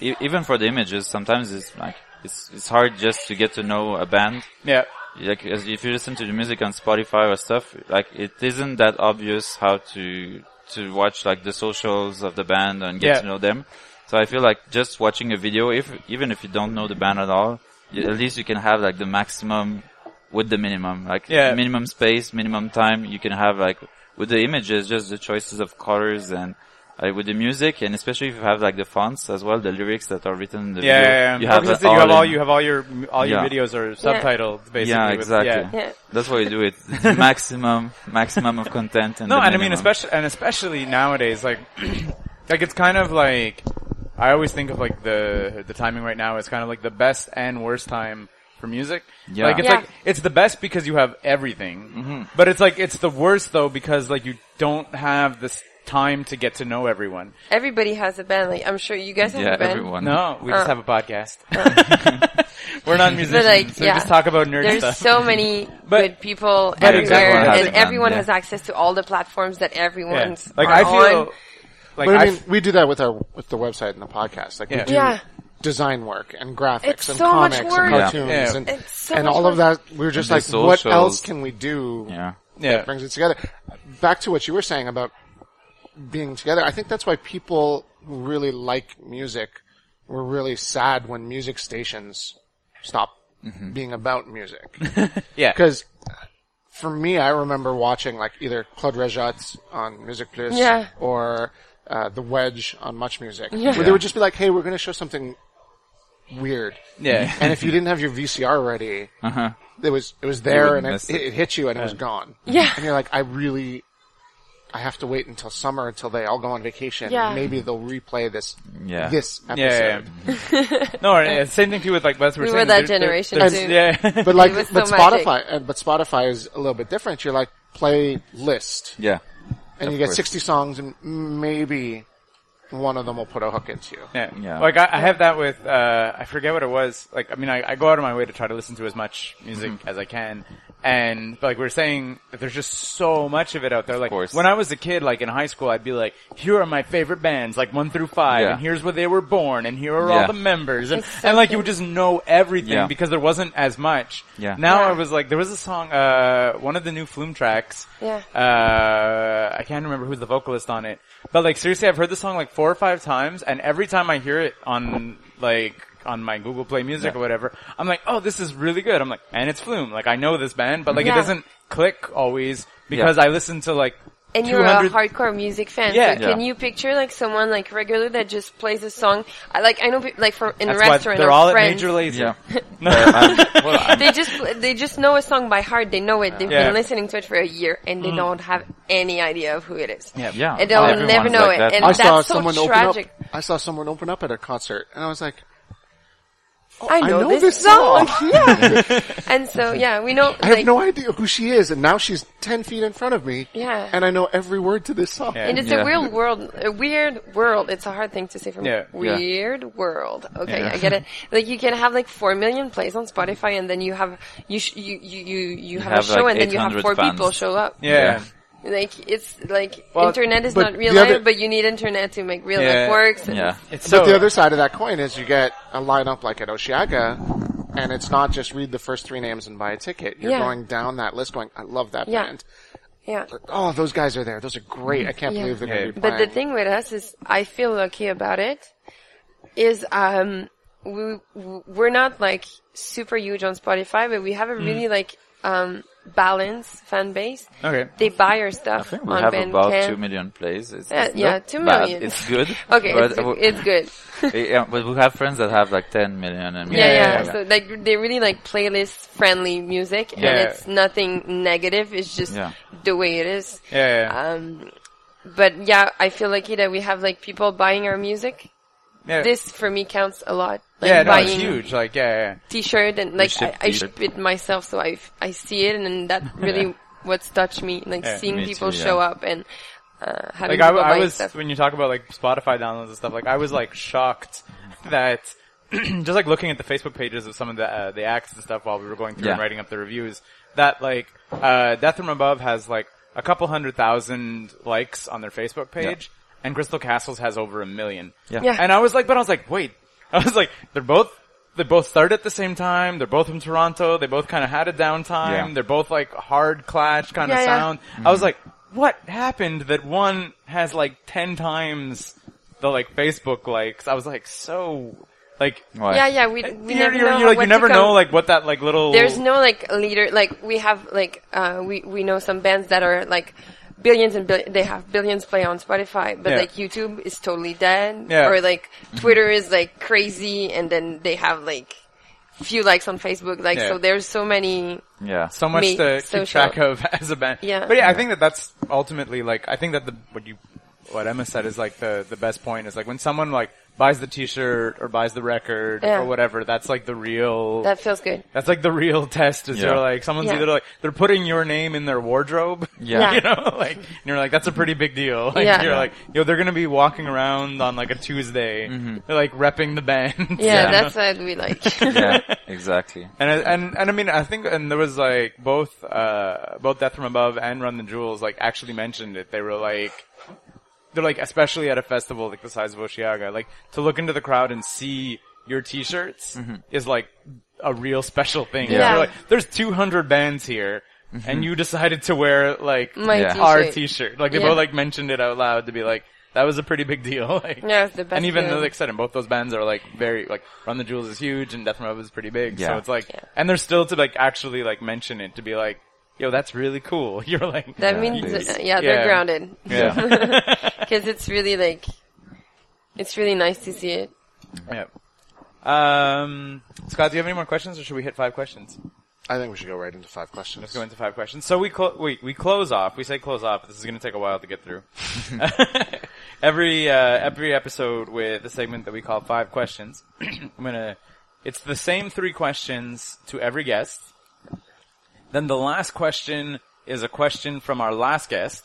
e- even for the images, sometimes it's like, it's, it's hard just to get to know a band Yeah. like as if you listen to the music on Spotify or stuff, like it isn't that obvious how to to watch like the socials of the band and get Yeah. to know them. So I feel like just watching a video, if even if you don't know the band at all, y- at least you can have like the maximum with the minimum, like Yeah. minimum space, minimum time. You can have like with the images, just the choices of colors and. Like with the music, and especially if you have like the fonts as well, the lyrics that are written in the Yeah, video, yeah, yeah. you Well, have, 'cause it you have all in. you have all your all your Yeah. videos are subtitled basically. Yeah, with- exactly. Yeah. That's why you do it. It's the maximum, maximum of content. And No, the and I mean minimum. especially and especially nowadays, like like it's kind of like I always think of like the the timing right now is kind of like the best and worst time for music. Yeah. Like it's Yeah. like it's the best because you have everything, but it's like it's the worst though because like you don't have this time to get to know everyone. Everybody has a band. Like I'm sure you guys have Yeah, a band. everyone. No, we just Uh. have a podcast. We're not musicians, like, so we yeah. just talk about nerd There's stuff. so many But- good people but everywhere, everyone has a and band, everyone yeah. has access to all the platforms that yeah. everyone's Like are I feel on. like But I I mean, we do that with our with the website and the podcast. Like Yeah. we do Yeah. design work and graphics It's and so much comics and work. Yeah. cartoons Yeah. and, It's so and much all of that. We were just And like, the what socials. else can we do? Yeah. yeah. brings it together. Back to what you were saying about being together. I think that's why people who really like music were really sad when music stations stopped being about music. Mm-hmm. Yeah. Because for me, I remember watching like either Claude Rejat on Music Plus Yeah. or uh, the Wedge on Much Music, where they would just be like, "Hey, we're going to show something weird," Yeah. and if you didn't have your VCR ready, it was it was there Uh-huh. wouldn't and it, miss it. it. hit you and it was gone. Yeah. and you're like, "I really." I have to wait until summer until they all go on vacation. Yeah. Maybe they'll replay this Yeah. this episode. Yeah, yeah, yeah. no, or, yeah, same thing too with like that's what We we're were saying. that There- there- generation there's- too. Yeah, But like, It was but so magic. Spotify, and but Spotify is a little bit different. You're like play list, Yeah. and Of you get course. 60 songs, and maybe one of them will put a hook into you. Yeah. Yeah. Like I, I have that with uh I forget what it was. Like I mean I, I go out of my way to try to listen to as much music Mm-hmm. as I can. And but like we are saying that there's just so much of it out there. Like course. when I was a kid, like in high school, I'd be like, here are my favorite bands, like one through five, Yeah. and here's where they were born, and here are Yeah. all the members, and, It's so and like you cool. would just know everything Yeah. because there wasn't as much. Yeah. Now Yeah. I was like, there was a song, uh, one of the new Flume tracks. Yeah. Uh, I can't remember who's the vocalist on it, but like seriously, I've heard this song like four or five times, and every time I hear it on like on my Google Play Music or whatever, I'm like, oh, this is really good. I'm like, and it's Flume. Like I know this band, but like Yeah. it doesn't click always because Yeah. I listen to like And you're a 200 hardcore music fan. Yeah. So can Yeah. you picture like someone like regular that just plays a song? I like I know pe- like for in a That's why restaurant they're or all at friends. Major Laser. Yeah. Uh, I'm- well, I'm- they just they just know a song by heart. They know it. They've Yeah. been listening to it for a year, and they don't have any idea of who it is. Mm. yeah. And they'll Everyone's never know like it. that And now. I saw That's so someone tragic. open up. I saw someone open up at a concert, and I was like, I I know, know this, this song. song. yeah. And so yeah, we know. I like, have no idea who she is, and now she's 10 feet in front of me. Yeah. and I know every word to this song. Yeah. And it's Yeah. a real world, a weird world. It's a hard thing to say for me. Yeah. Yeah. Weird world. Okay, Yeah. I get it. Like you can have like four million plays on Spotify, and then you have you sh- you you you, you have, have, a show, like, and then you have 800 four fans. people show up. Yeah. Like it's like Well, internet is but not real the life, other- but you need internet to make real Yeah. life works. and- Yeah. It's so But the other side of that coin is you get a lineup like at Oshiaga, and it's not just read the first three names and buy a ticket. You're Yeah. going down that list, going, "I love that Yeah. band." yeah. Oh, those guys are there. Those are great. I can't Yeah. believe they're going to be But playing. the thing with us is, I feel lucky about it. Is um, we we're not like super huge on Spotify, but we have a Mm. really like um balanced fan base. okay. They buy our Uh, I stuff think we on have Bandcamp. about two million plays. It's, Yeah, it's Uh, yeah, not two bad. million. It's good. Okay, but it's, w- it's good. yeah, but we have friends that have like 10 million. And Yeah, yeah, So like they really like playlist friendly music, and Yeah. it's nothing negative. It's just Yeah. the way it is. Yeah, yeah. Um, but yeah, I feel lucky that we have like people buying our music. yeah. This for me counts a lot. Like yeah, no, buying it's huge. Like yeah, T-shirt and like I, ship I t-shirt. ship it myself, so I I see it, and that really what's touched me. Like Yeah, seeing me people too, yeah. show up and uh, like having I, people I buy was stuff. when you talk about like Spotify downloads and stuff. Like I was like shocked that just like looking at the Facebook pages of some of the uh, the acts and stuff while we were going through Yeah. and writing up the reviews. That like uh, Death from Above has like a couple hundred thousand likes on their Facebook page, and Crystal Castles has over a million. Yeah. Yeah. and I was like, but I was like, wait, I was like, they're both. They both started at the same time. They're both from Toronto. They both kind of had a downtime. Yeah. They're both like hard clash kind of Yeah, yeah. sound. I was like, what happened that one has like 10 times the like Facebook likes? I was like, so, like, Why? yeah, yeah, we we you're, never you're- know you're, like, what you to never come. know like what that like little, There's no like leader. Like we have like uh we we know some bands that are like billions and bill- they have billions play on Spotify, but Yeah. like YouTube is totally dead, Yeah. or like Twitter is like crazy, and then they have like few likes on Facebook. Like Yeah. so, there's so many. Yeah. so much me- to social. keep track of as a band. Yeah. But yeah, I think that that's ultimately like, I think that the, what you, what Emma said is like the, the best point is like when someone like buys the t-shirt or buys the record Yeah. or whatever, that's like the real, That feels good. That's like the real test is Yeah. you're like, someone's Yeah. either like, they're putting your name in their wardrobe. Yeah. you know, like, and you're like, that's a pretty big deal. Like, Yeah. you're like, yo, they're gonna be walking around on like a Tuesday. Mm-hmm. They're like repping the band. Yeah. Yeah, that's what we like. yeah, exactly. And I, and and I mean I think and there was like both uh both Death from Above and Run the Jewels like actually mentioned it. They were like they're like especially at a festival like the size of Oshiaga, like to look into the crowd and see your t-shirts is like a real special thing. Yeah. They're like, there's 200 bands here and you decided to wear like My Yeah. Mm-hmm. t-shirt. our t-shirt. Like they Yeah. both like mentioned it out loud to be like that was a pretty big deal. Like, Yeah, it's the best And even feeling. though, like I said, and both those bands are like very like Run the Jewels is huge and Death Row is pretty big. So Yeah. it's like, Yeah. and they're still to like actually like mention it to be like, yo, that's really cool. You're like, That Yeah, means, dude. uh, yeah, they're Yeah. grounded. yeah, Because it's really like, it's really nice to see it. yeah. Um, Scott, do you have any more questions, or should we hit five questions? I think we should go right into five questions. Let's go into five questions. So we clo- we we close off. We say close off. This is going to take a while to get through. every uh, every episode with a segment that we call five questions. I'm gonna. It's the same three questions to every guest. Then the last question is a question from our last guest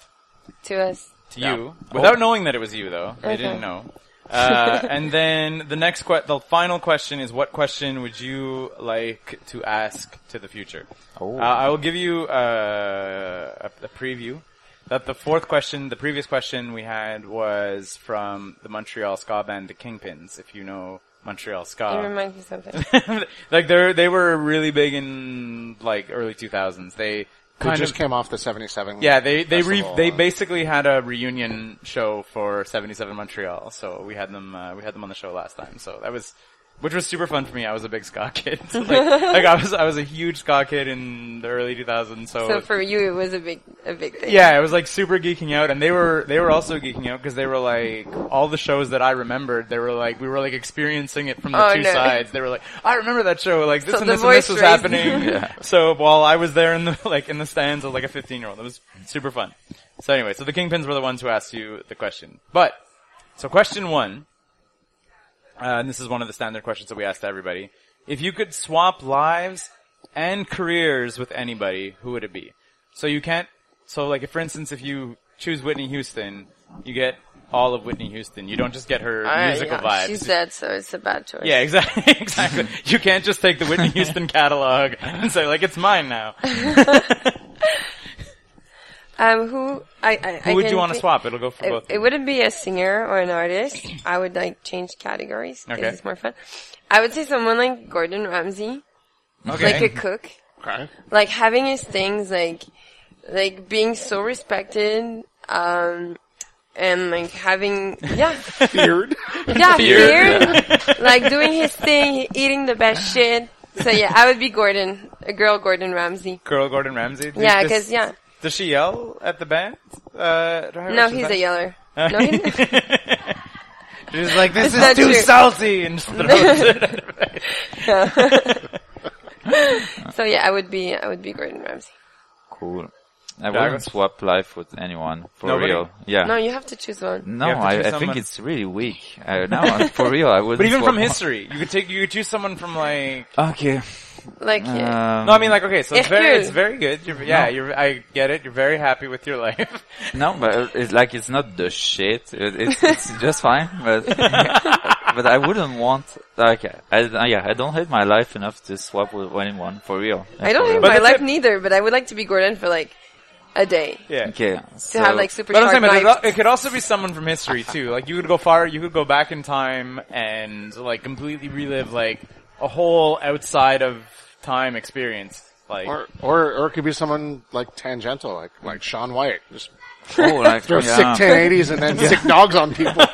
To us. to you, without knowing that it was you though. They Okay. didn't know. Uh, and then the next que- the final question is what question would you like to ask to the future? Oh. Uh, I will give you uh, a, a preview. That the fourth question, the previous question we had was from the Montreal ska band The Kingpins. If you know Montreal ska, It reminds me of something. like they are they were really big in like early 2000s. They We kind just of came off the 77. yeah, they they re- festival, they uh, basically had a reunion show for 77 Montreal. So we had them uh, we had them on the show last time. So that was which was super fun for me. I was a big ska kid. like, like I was I was a huge ska kid in the early 2000s. So, So for you, it was a big, a big thing. Oh. yeah, it was like super geeking out, and they were they were also geeking out because they were like all the shows that I remembered. They were like we were like experiencing it from the Oh, two no. sides. They were like, I remember that show. Like this So and the this and this voice was raised- happening. So while I was there in the like in the stands with like a fifteen year old, it was super fun. So anyway, so the kingpins were the ones who asked you the question. But so question one, uh, and this is one of the standard questions that we ask to everybody. If you could swap lives and careers with anybody, who would it be? So you can't. So like, if, for instance, if you choose Whitney Houston, you get all of Whitney Houston. You don't just get her All right, musical yeah, vibes. She's dead, so it's a bad choice. Yeah, exactly. exactly. you can't just take the Whitney Houston catalog and say like it's mine now. Um, who I, I Who I would you can want to think- swap? It'll go for It, both. it wouldn't be a singer or an artist. I would like change categories. 'cause Okay. It's more fun. I would say someone like Gordon Ramsay, okay. like a cook. Okay. like having his things like like being so respected um and like having yeah Beard. yeah Feared. feared. like doing his thing eating the best shit so yeah i would be gordon a girl gordon ramsay girl Gordon Ramsay. Does- yeah does- because yeah does she yell at the band? Uh, no he's a yeller no he's She's like this not is too true. salty and throws it. at her face. so yeah i would be i would be gordon ramsay Cool. I wouldn't swap life with anyone for Nobody? real. Yeah. no you have to choose one No, You have to I, choose I think someone- it's really weak. Uh, no, for real, I would. But even from history, you could take you could choose someone from like. Okay. like yeah. Um, No, I mean like okay, so it's If very you- it's very good. You're, yeah, you're I get it. You're very happy with your life. no, but it's like it's not the shit. It, it's, it's just fine. But but I wouldn't want. Like, I, I- yeah, I don't hate my life enough to swap with anyone for real. Yeah, i don't for hate real. But my that's life it. neither but i would like to be gordon for like a day Yeah. Okay. So, to have like super But I'm sharp saying, but it, knives. al- it could also be someone from history too. Like you could go far, you could go back in time and like completely relive like a whole outside of time experience. Like Or, or, or it could be someone like tangential, like, like Sean White. Just oh, like, throw yeah, sick 1080s and then sick dogs on people.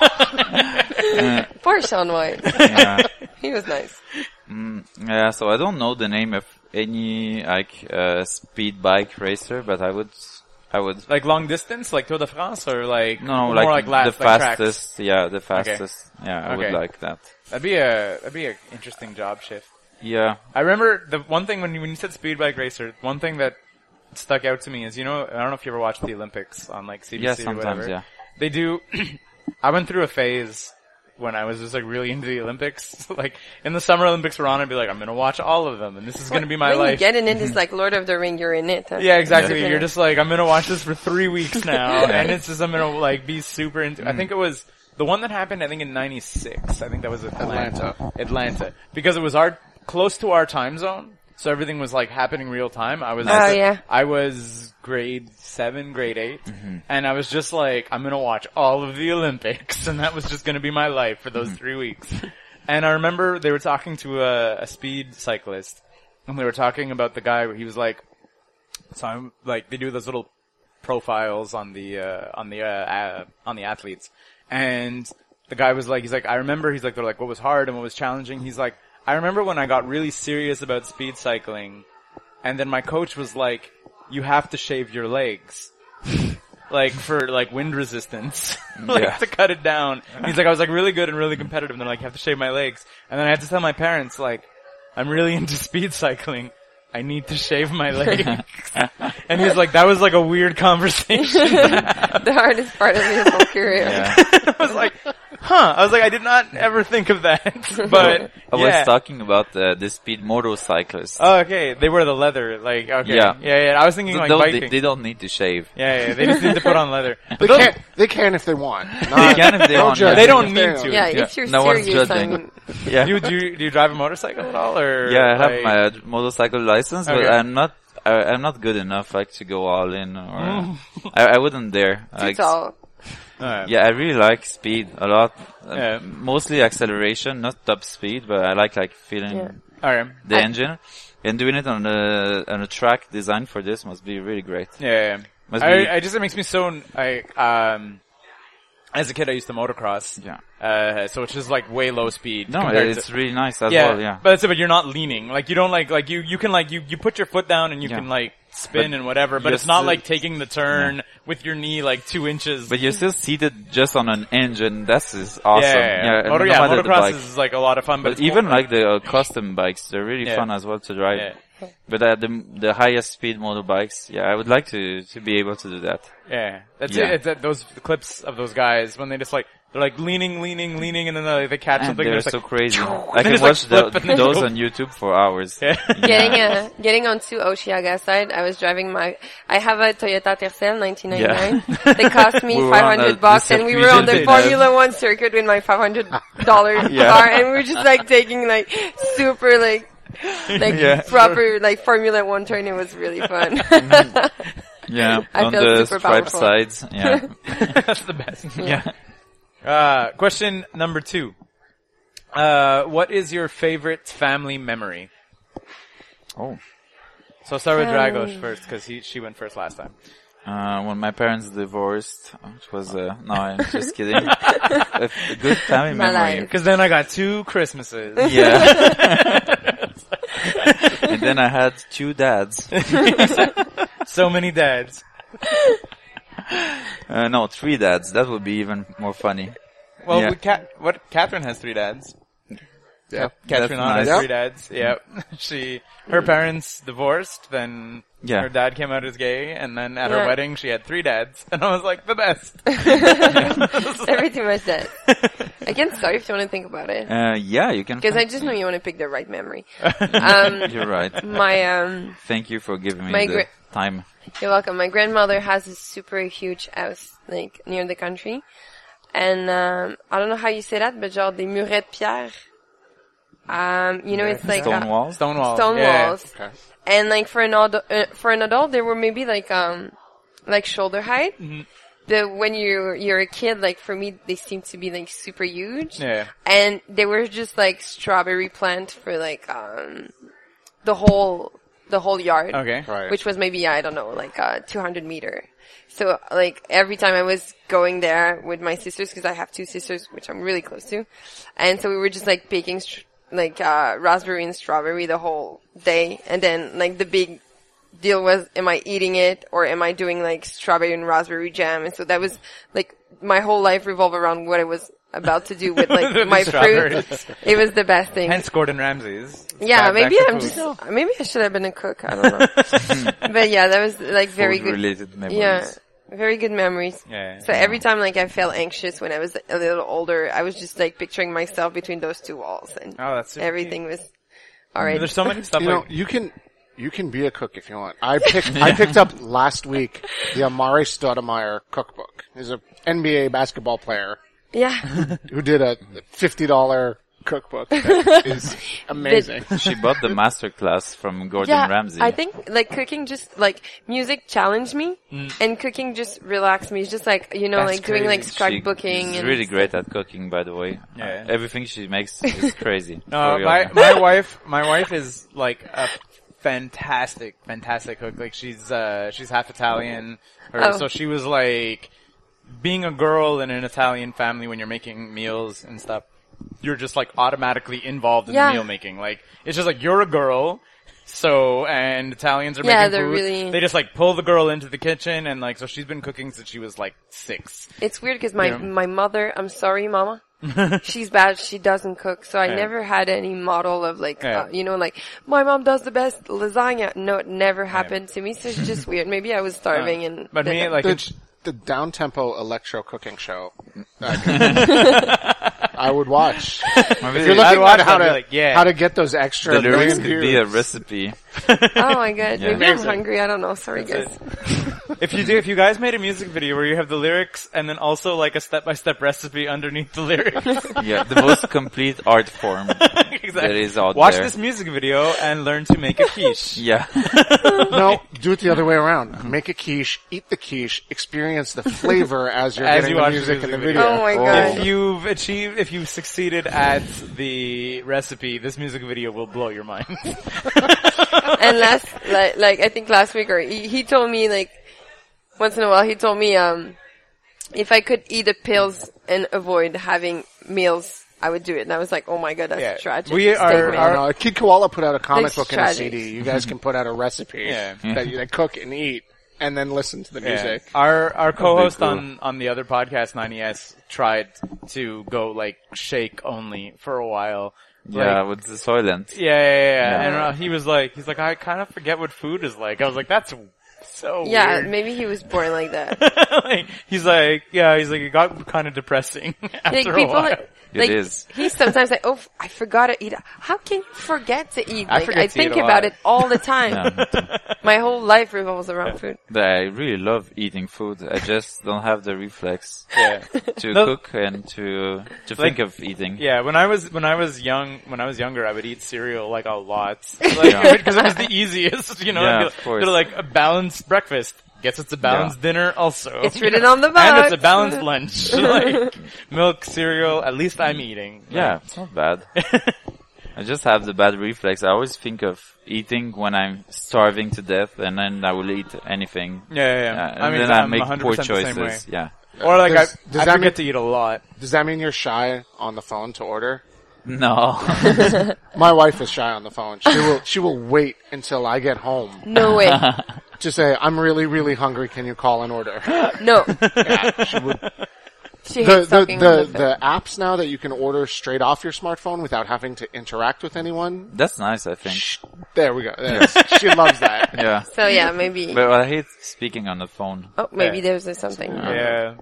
poor sean white yeah. he was nice Yeah, so I don't know the name of any like uh, speed bike racer, but I would, I would like long distance, like Tour de France, or like no more like, like, la- the like tracks? fastest. Yeah, the fastest. Yeah, I Okay. would like that. That'd be a that'd be an interesting job shift. Yeah, I remember the one thing when you, when you said speed bike racer, one thing that stuck out to me is you know I don't know if you ever watched the Olympics on like CBC yeah, or sometimes. whatever. Yeah, They do. I went through a phase when I was just like really into the Olympics. like in the Summer Olympics were on, I'd be like, I'm gonna watch all of them, and this is gonna be my when life. Mm-hmm. you get in it it's like lord of the ring you're in it huh? yeah, exactly. Yeah. You're just like, I'm gonna watch this for three weeks now, and it's just I'm gonna like be super into. I think it was the one that happened. I think in '96. I think that was Atlanta. Atlanta, because it was our close to our time zone, so everything was like happening real time. I was, Oh, yeah. I was grade seven, grade 8 and I was just like, I'm gonna watch all of the Olympics, and that was just gonna be my life for those three weeks. And I remember they were talking to a, a speed cyclist, and they were talking about the guy where he was like, so I'm like they do those little profiles on the uh, on the uh, uh, on the athletes, and the guy was like, he's like, I remember. He's like, they're like, what was hard and what was challenging. He's like, I remember when I got really serious about speed cycling, and then my coach was like, you have to shave your legs. Like for like wind resistance, like Yeah. to cut it down. And he's like, I was like really good and really competitive, and then like I have to shave my legs, and then I have to tell my parents like, I'm really into speed cycling. I need to shave my legs. and he's like, that was like a weird conversation. the hardest part of his whole career. Yeah. I was like, huh. I was like, I did not ever think of that. But I was yeah. talking about uh, the speed motorcyclists. Oh, okay. They wear the leather. Like, okay. Yeah. Yeah. Yeah, I was thinking like Though biking. they, they don't need to shave. yeah, yeah. They just need to put on leather. But They those- can They can if they want. They Not- can if they don't want. judge. They don't if need to. Yeah, Yeah, if you're no one's serious, judging. I'm, Yeah. You do? You, do you drive a motorcycle at all? Or Yeah, I like- have my uh, motorcycle license, but Okay. I'm not. I, I'm not good enough like to go all in, or uh, Mm. I, I wouldn't dare. Like, it's all. Alright. Yeah, I really like speed a lot. Uh, Yeah. Mostly acceleration, not top speed, but I like like feeling Yeah. Alright. the engine. And doing it on a on a track designed for this must be really great. Yeah. yeah. Must be- I, I just it makes me so I um. As a kid, I used to motocross. Yeah. Uh, so it's just like way low speed. No, compared it's to, really nice as yeah, well. Yeah, But that's it, but you're not leaning. Like you don't like like you you can like you you put your foot down and you Yeah. can like spin But and whatever. But you're it's not still- like taking the turn with your knee like two inches. but you're still seated just on an engine. That's is awesome. Yeah, yeah, yeah. and Motor- no yeah, matter the motocross bike. is like a lot of fun, but, But it's even more- like the uh, custom bikes, they're really Yeah. fun as well to drive. Yeah. But at the the highest speed motorbikes, yeah, I would like to to be able to do that. yeah, that's Yeah. it. It's that those clips of those guys when they just like they're like leaning, leaning, leaning, and then they, they catch And something. and they're it's so like, crazy. I And can it's like watch tho- flipping. those on YouTube for hours. Yeah. Getting uh, getting onto Oshiaga side, I was driving my. I have a Toyota Tercel 1999. They cost me We were on 500 a- bucks, the and we were on the circuit. Formula One circuit with my 500 dollar Yeah. car, and we were just like taking like super like like Yeah. proper like Formula One turn. It was really fun. yeah. I on feel the super striped powerful. sides. Yeah, that's the best. yeah. Uh, question number two. Uh, what is your favorite family memory? Oh, So I'll start with Family. Dragos first because he she went first last time. uh, when my parents divorced, it was uh, no, I'm just kidding. a, a good family My memory. life. Because then I got two Christmases. Yeah. and then I had two dads. so many dads. Uh, no, three dads. That would be even more funny. Well, Yeah. we Cat, what Catherine has three dads. Yeah. Catherine That's Hahn has nice. three dads. Yep. she her parents divorced, then Yeah. her dad came out as gay, and then at Yeah. her wedding she had three dads. And I was like, the best. Everything was that. I can start if you want to think about it, Uh, yeah, you can. because I just know you want to pick the right memory. Um, You're right. my um. Thank you for giving me My the gra- time. You're welcome. My grandmother has a super huge house, like, near the country. And, um, I don't know how you say that, but genre des murets de pierre. Um, you know, it's like, Stone uh, walls? Stonewall. stone Yeah. walls. Okay. And like for an adult, uh, for an adult, they were maybe like, um, like shoulder height. The, when you're, you're a kid, like for me, they seem to be like super huge. Yeah. And they were just like strawberry plant for like, um, the whole, the whole yard Okay. Right. which was maybe I don't know, like uh, 200 meter. So like every time I was going there with my sisters, because I have two sisters, which I'm really close to, and so we were just like picking str- like uh, raspberry and strawberry the whole day, and then like the big deal was, am I eating it or am I doing like strawberry and raspberry jam? And so that was like my whole life revolved around what I was about to do with like The my fruit. strawberries. It was the best thing. Hence Gordon Ramsay's. Yeah, Back- maybe back to I'm food. just, maybe I should have been a cook. I don't know. but yeah, that was like very good. related memories. Yeah. Very good memories. Yeah. So every time like I felt anxious when I was a little older, I was just like picturing myself between those two walls and Oh, that's super everything was alright. There's so many stuff You know, like you can you can be a cook if you want. I picked I picked up last week the Amari Stoudemire cookbook. He's a NBA basketball player Yeah. who did a fifty dollar cookbook that is amazing. She bought the master class from Gordon yeah. Ramsay. I think like cooking just like music challenged me and cooking just relaxed me. It's just like, you know, Mm. That's like doing like crazy. She- scrapbooking She's and really great at cooking, by the way. Yeah. Uh, everything she makes is crazy. No, For real. uh, my my wife my wife is like a fantastic fantastic cook. Like she's uh she's half Italian, or Oh. so she was like being a girl in an Italian family when you're making meals and stuff, you're just like automatically involved in Yeah. the meal making. Like it's just like you're a girl. So and Italians are Yeah, making they're food. really- They just like pull the girl into the kitchen and like so she's been cooking since she was like six. It's weird because my, Yeah. my mother, I'm sorry, mama. She's bad. She doesn't cook. So I Yeah. never had any model of like, Yeah. uh, you know, like, my mom does the best lasagna. No, it never happened to me. So it's just weird. Maybe I was starving and. But me like it's- The, the down tempo electro cooking show. I would watch. Maybe If you're the- I'd looking watch at how that and to be like, yeah. how to get those extra the lyrics million could be a views. recipe. Oh my god. Yeah. Maybe I'm hungry. I don't know. Sorry, guys. If you do, if you guys made a music video where you have the lyrics and then also like a step by step recipe underneath the lyrics, Yeah, the most complete art form. exactly. That is out Watch there. this music video and learn to make a quiche. Yeah. no, do it the other way around. Make a quiche, eat the quiche, experience the flavor as you're As getting you the watch the music and music the video. video. Oh my God. If you've achieved, if you've succeeded at the recipe, this music video will blow your mind. and last like, like I think last week or he, he told me like once in a while he told me um if I could eat the pills and avoid having meals I would do it and I was like oh my god that's Yeah. tragic We are- statement. I don't know. Kid Koala put out a comic That's book tragic. and a CD. You guys can put out a recipe Yeah. that you that cook and eat, and then listen to the music. Our our co-host cool. on on the other podcast, 90s, tried to go like shake only for a while. Yeah, Like, with the Soylent. yeah, yeah, yeah. Yeah. And uh, he was like, he's like, I kind of forget what food is like. I was like, that's so yeah weird. maybe he was born like that like, he's like, yeah, he's like, it got kind of depressing after like a people while. like It is. he's sometimes like oh f- I forgot to eat how can you forget to eat I like forget I to think eat a lot. about it all the time Yeah. my whole life revolves around food That I really love eating food. I just don't have the reflex yeah. to No. cook and to to Like- think of eating. yeah, when I was when I was young, when I was younger, I would eat cereal like a lot, Yeah. like because it was the easiest, you know. Yeah, I'd be of like- course. They're like a balanced breakfast. Guess it's a balanced dinner also. It's written on the and it's box. a balanced lunch. like milk, cereal. At least I'm eating. Yeah, it's not bad. I just have the bad reflex. I always think of eating when I'm starving to death, and then I will eat anything. yeah, yeah. Yeah, yeah. Uh, and I mean, then I I'm make poor 100% the same way. choices. Yeah. Or like Does- I, does I that forget mean- to eat a lot. Does that mean you're shy on the phone to order? No. My wife is shy on the phone. She will she will wait until I get home no way to say, "I'm really really hungry. Can you call an order?" no she the, hates the, talking on the the, phone. the apps now that you can order straight off your smartphone without having to interact with anyone. That's nice, I think. There we go. There it is. she loves that. Yeah. so yeah maybe But I hate speaking on the phone. Oh, maybe Yeah. there's something. Yeah.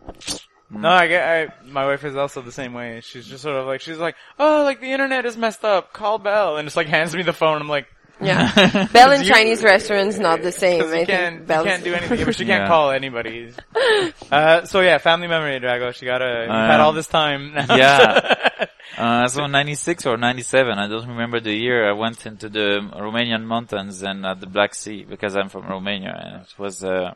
Mm. No, I get. I, my wife is also the same way. She's just sort of like she's like, oh, like the internet is messed up. Call Bell, and just like hands me the phone. I'm like, Yeah. Bell in you- Chinese restaurants not the same. because I you think can't, you Bell's- can't do anything. But she Yeah. can't call anybody. Uh, so yeah, family memory, Drago. She got a you've had Um, all this time. Now. yeah. Uh, so 96 or 97, I don't remember the year, I went into the Romanian mountains and uh, the Black Sea because I'm from Romania and it was, uh,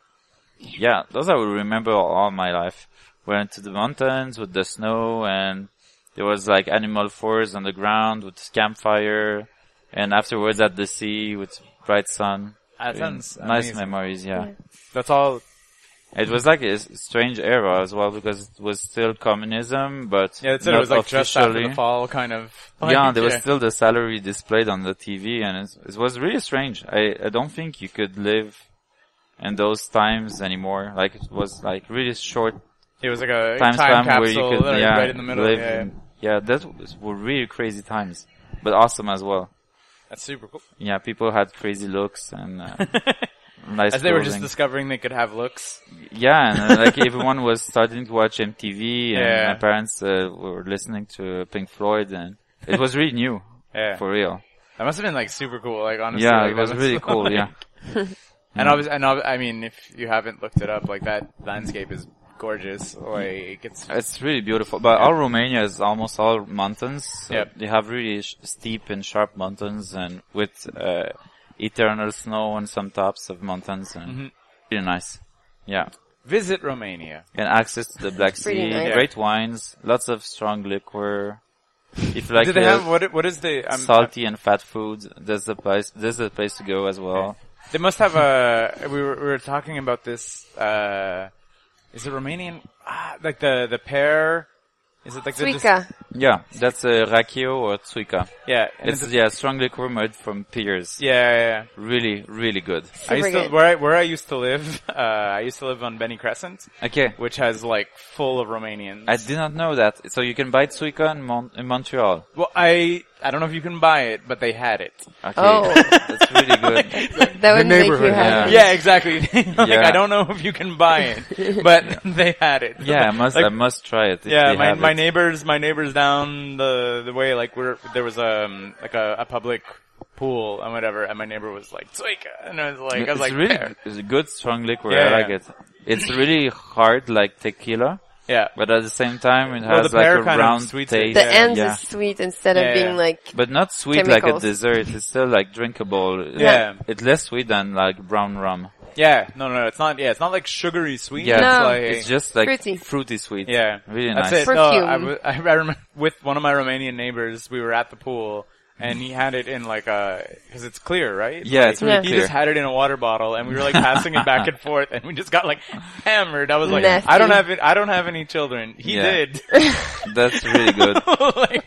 yeah, those I will remember all, all my life. Went to the mountains with the snow and there was like animal forest on the ground with campfire and afterwards at the sea with bright sun. That sounds nice amazing. memories, yeah. That's all. It was like a s- strange era as well because it was still communism, but Yeah, that's it. not It was like just after the officially. fall, kind of. yeah, like, there was still the salary displayed on the TV, and it's, it was really strange. I, I don't think you could live in those times anymore. Like it was like really short It was like a time, time, span where you capsule could like, yeah right in the middle. live. Yeah, in- yeah, that was, were really crazy times, but awesome as well. that's super cool. Yeah, people had crazy looks and uh, nice. As they were just clothing. discovering they could have looks. Yeah, and uh, like everyone was starting to watch MTV, and Yeah. my parents uh, were listening to Pink Floyd, and it was really new Yeah. for real. That must have been like super cool. Like honestly, Yeah, like, it that was really cool. like- yeah, and obviously, and obvi- I mean, if you haven't looked it up, like that landscape is gorgeous. Like it's it's really beautiful. But all Romania is almost all mountains. So Yep. They have really sh- steep and sharp mountains, and with uh, eternal snow on some tops of mountains, and Mm-hmm. really nice. Yeah, visit Romania. and access to the Black Sea, pretty nice. great wines, lots of strong liquor. If you like, Do they uh, have what? What is the? um, I'm, salty and fat foods. There's a place. There's a place to go as well. They must have a. We were, we were talking about this uh, Is it Romanian? Ah, like the the pear? Is it like the dis- Suica. Yeah, that's uh, Rakio or Tsuika. yeah, and It's, it's, yeah, strong liquor made from pears. yeah, yeah, yeah. Really, really good. I Super used to, good. where I where I used to live. Uh, I used to live on Benny Crescent, Okay. which has like full of Romanians. I did not know that. So you can buy Tsuika in, Mon- in Montreal. well, I I don't know if you can buy it, but they had it. Okay. Oh. That's really good. That would make you neighborhood, happy. Yeah, exactly. like Uh, Yeah. I don't know if you can buy it, but they had it. Yeah, I must, Like, I must try it. if yeah, they my have my it. neighbors, my neighbors down the the way, like where there was um like a, a public pool and whatever, and my neighbor was like Tsuika, and I was like, I was it's like, really, "Pear." it's a good strong liquor. Yeah, I like yeah. it. It's really hard like tequila, yeah, but at the same time it Well, has the like pear a kind of round sweets it. taste. The Yeah. end yeah. is sweet instead of Yeah, being yeah. like But not sweet like a Chemicals. dessert. It's still like drinkable. Yeah. It's less sweet than like brown rum. yeah, no, no, no, it's not, yeah, it's not like sugary sweet. Yeah. No. it's like, It's just like Fruity. sweet. yeah, Really That's nice. it. No, I, Perfume. w- I remember with one of my Romanian neighbors, we were at the pool. And he had it in like a, cause it's clear, right? Yeah, it's really Yeah. He clear. just had it in a water bottle, and we were like passing it back and forth, and we just got like hammered. I was like, Nasty. I don't have it. I don't have any children. He Yeah. did. That's really good. like,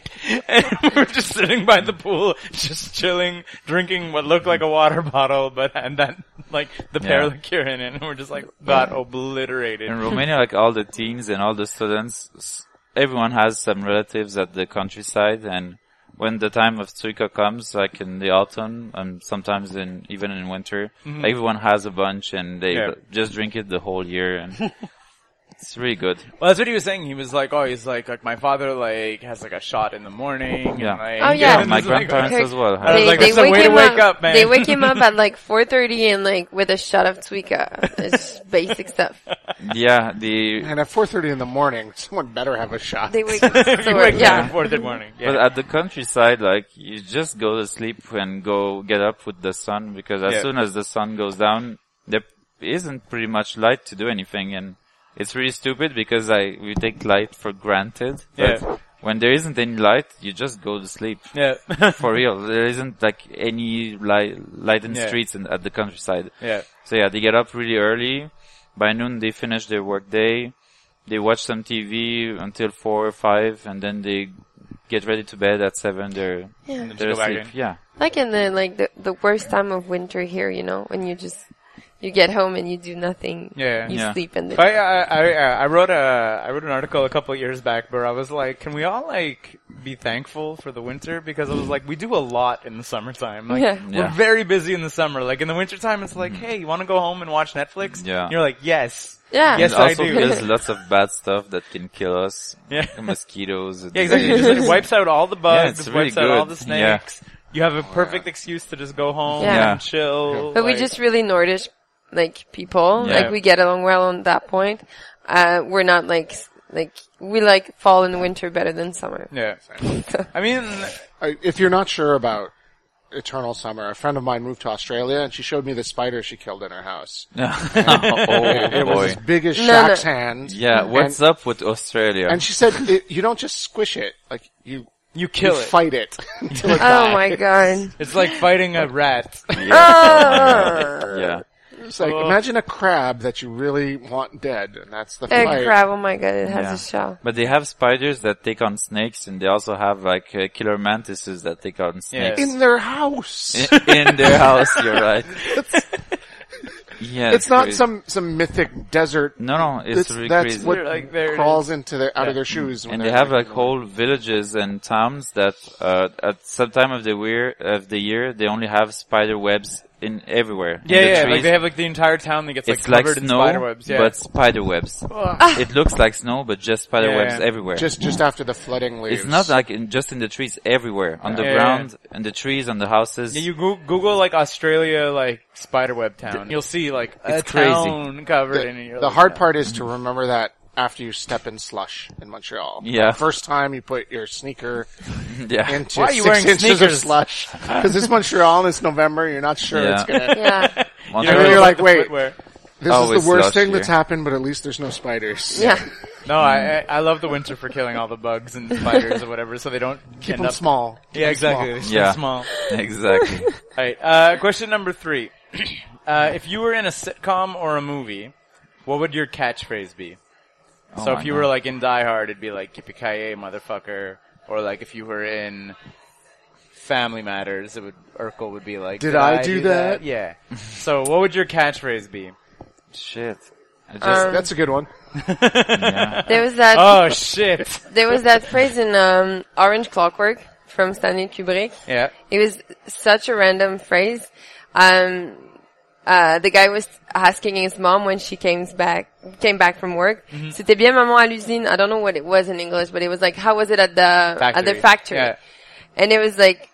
and we were just sitting by the pool, just chilling, drinking what looked like a water bottle, but and that like the pear Yeah. liqueur in it, and we're just like got obliterated. In Romania, like all the teens and all the students, s- everyone has some relatives at the countryside and when the time of Tsuika comes, like in the autumn and sometimes in, even in winter, everyone has a bunch and they Yeah. just drink it the whole year and it's really good. Well, that's what he was saying. He was like, "Oh, he's like, like my father like has like a shot in the morning." Yeah. And, like, Oh, yeah. and My it's like- grandparents as well. I was they, like, they "That's a wake way to him wake up, up, man." They wake him up at like 4:30 and like with a shot of Twika. It's basic stuff. yeah, the And at 4.30 in the morning, someone better have a shot. They wake up. If you so, wake up yeah. at four in the morning. Yeah. But at the countryside, like you just go to sleep and go get up with the sun because as Yeah. soon as the sun goes down, there isn't pretty much light to do anything, and it's really stupid because I we take light for granted. But Yeah. when there isn't any light, you just go to sleep. yeah. For real, there isn't like any light light in Yeah. streets and at the countryside. yeah. So yeah, they get up really early. By noon, they finish their work day. They watch some TV until four or five, and then they get ready to bed at seven. They're Yeah. Just they're go back asleep. in. Yeah, Like in the like the, the worst time of winter here, you know, when you just you get home and you do nothing. Yeah. You Yeah. sleep and then But I, I, I- I wrote a, I wrote an article a couple of years back where I was like, can we all like be thankful for the winter? Because I was like, we do a lot in the summertime. Like, Yeah. Yeah. Mm. we're very busy in the summer. Like in the wintertime, it's like, hey, you want to go home and watch Netflix? Yeah. And you're like, yes. yeah. Yes, and I also do. there's lots of bad stuff that can kill us. Yeah. mosquitoes. Yeah, exactly. It just like, wipes out all the Yeah, bugs, it's really wipes out all good. the Yeah. snakes. You have a perfect excuse to just go home Yeah. and chill. But like- we just really Nordish like people. Yeah. Like we get along well on that point. Uh, we're not like s- like we like fall and winter better than summer. yeah. I mean, I, if you're not sure about Eternal Summer, a friend of mine moved to Australia and she showed me the spider she killed in her house. oh It was boy. as big as No, no. Shaq's hand. Yeah, what's and, up with Australia? And she said, it, you don't just squish it, like you, you kill you it. fight it until it Oh dies. my god. It's like fighting a rat. Oh, Ah! yeah, It's like, imagine a crab that you really want dead, and that's the egg fight. crab. Oh my god, it has Yeah. a shell. but they have spiders that take on snakes, and they also have like uh, killer mantises that take on snakes. In their house. in, in their house. You're right. Yeah, it's not crazy. some, some mythic desert. No, no, it's, It's- really that's crazy. what They're like- they're- crawls into their, out of their shoes. when and they they're have like whole villages and towns that uh, at some time of the year of the year they only have spider webs in everywhere. in Yeah, the yeah. trees. Like they have like the entire town that gets like it's like, covered in snow, spider webs. Yeah. but spider webs. It looks like snow, but just spider Yeah, webs yeah. everywhere. just, just after the flooding leaves. it's not like in, just in the trees everywhere, on the Yeah, yeah, ground, in the trees, on the houses. Yeah, you go- Google like Australia like spiderweb town. You'll see like a It's crazy. town covered in it. You're the, like, hard yeah. part is to remember that after you step in slush in Montreal. Yeah. The first time you put your sneaker yeah. into Why are you six wearing inches of sneakers? slush. Because it's Montreal and it's November, you're not sure Yeah. it's gonna, Yeah, You know, And then Montreal- you're like, the wait. footwear. this is Always the worst slush thing here. that's happened, but at least there's no spiders. yeah. No, I I I love the winter for killing all the bugs and spiders or whatever, so they don't Keep end them up small. Keep Yeah, 'em exactly. small. They're Yeah. yeah. small. exactly. All right. Uh, question number three: uh, If you were in a sitcom or a movie, What would your catchphrase be? Oh so my if you God. were like in Die Hard, it'd be like "Yippee motherfucker," or like if you were in Family Matters, it would Urkel would be like, Did I do that?" Yeah. so what would your catchphrase be? shit, I just Um, That's a good one. There was that. Oh shit! There was that phrase in um, Orange Clockwork from Stanley Kubrick. Yeah. It was such a random phrase. Um, uh, the guy was asking his mom when she came back came back from work. C'était bien maman à l'usine. I don't know what it was in English, but it was like how was it at the at the Factory. factory? Yeah. And it was like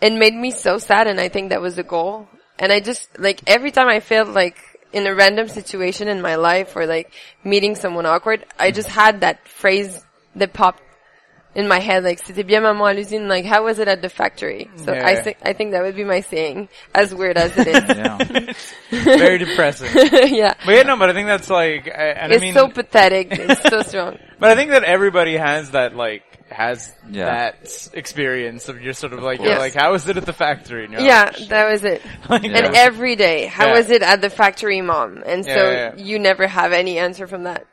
it made me so sad, and I think that was the goal. And I just like every time I felt like in a random situation in my life or like meeting someone awkward, I just had that phrase that popped in my head, like c'était bien maman à l'usine. Like how was it at the factory? So I Yeah. think I think that would be my saying, as weird as it is. yeah. Very depressing. but yeah, yeah, no, but I think that's like, I, and it's I mean, so pathetic. It's so strong. but I think that everybody has that like has Yeah. that experience of you're sort of like you're course. like how is it at the factory? And you're yeah, like, "Shit." that was it. Like, Yeah. And every day, how Yeah. was it at the factory, mom? And so Yeah, yeah, yeah. you never have any answer from that.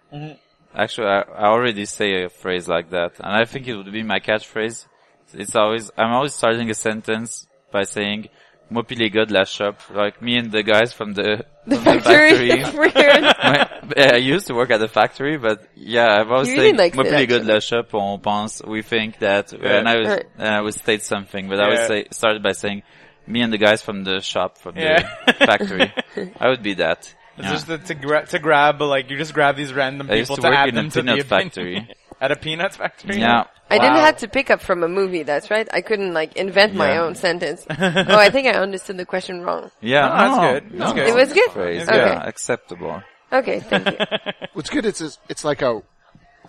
Actually, I, I already say a phrase like that, and I think it would be my catchphrase. It's always I'm always starting a sentence by saying "Moi pis les gars de la shop," like me and the guys from the, The from factory. It's weird. My- I used to work at the factory, but yeah, I've always You said really liked "Moi it, pis les gars de actually. la shop," on pense, we think that, and I was, Right. and I would state something, but I would Yeah. say started by saying "Me and the guys from the shop from Yeah. the factory." I would be that. It's Yeah. just that to, gra- to grab, like, you just grab these random I used people to to, work add in a them to peanut the opinion. factory. At a peanut factory? yeah. I didn't Wow. have to pick up from a movie. That's right. I couldn't like invent my Yeah. own sentence. oh, I think I understood the question wrong. Yeah, No, Oh, that's good. That's good. It was good. Phrase. Okay. Yeah, acceptable. Okay, thank you. What's good is it's, it's like a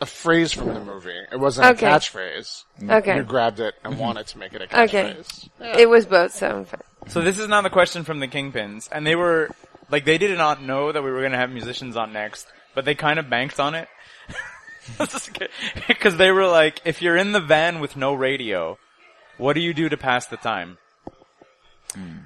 a phrase from the movie. It wasn't Okay. a catchphrase. Okay. You grabbed it Mm-hmm. and wanted to make it a catchphrase. Okay. It was both, so I'm fine. So this is not a question from the Kingpins, and they were, like, they did not know that we were gonna have musicians on next, but they kind of banked on it. Because they were like, if you're in the van with no radio, what do you do to pass the time? Hmm.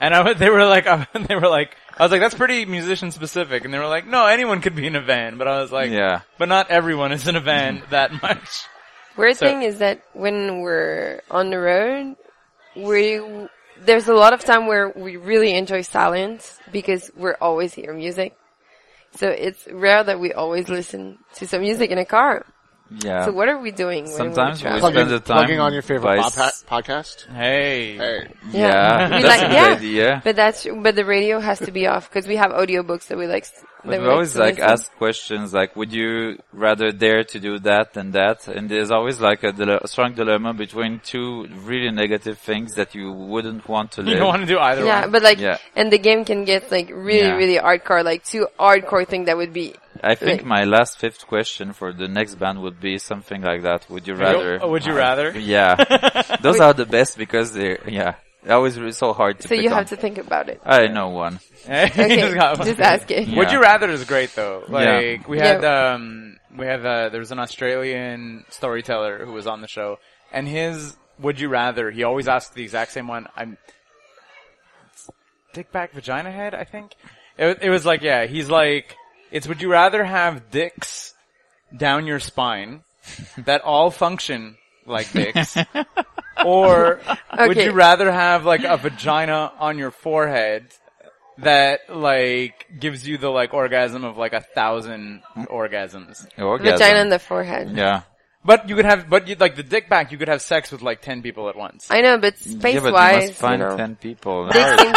And I, wa- they were like, they were like, I was like, that's pretty musician specific, and they were like, no, anyone could be in a van, but I was like, Yeah. but not everyone is in a van that much. Weird So- thing is that when we're on the road, we there's a lot of time where we really enjoy silence because we're always hear music. So it's rare that we always listen to some music in a car. Yeah. So what are we doing? When Sometimes we're we traveling? spend the Plugging, time plugging on your favorite by podca- podcast. Hey. Hey, yeah. We That's like- a good yeah. idea. But that's but the radio has to be off because we have audiobooks that we like. s- That But we like always to like listen. ask questions like, would you rather dare to do that than that? And there's always like a dile- strong dilemma between two really negative things that you wouldn't want to You live. don't want to do either Yeah, one. but like, Yeah. and the game can get like really, Yeah. really hardcore. Like two hardcore thing that would be I think my Right. last fifth question for the next band would be something like that. Would you rather? Rather. Oh, Would you rather? Yeah. Those are the best because they're, yeah. Always re- so hard to so pick you on. have to think about it. I know one. Okay, Just got one. just ask it. Yeah. Would you rather is great though. Like we Yeah. had um we had uh, there was an Australian storyteller who was on the show, and his would you rather he always asked the exact same one. I'm dick back vagina head. I think it wa- it was like yeah he's like it's would you rather have dicks down your spine that all function like dicks. Or would Okay. you rather have like a vagina on your forehead that like gives you the like orgasm of like a thousand orgasms? Orgasm. Vagina on the forehead. Yeah. But you could have, but you like the dick back, you could have sex with like ten people at once. I know, but space yeah, but you wise, must find know, ten people. big thing-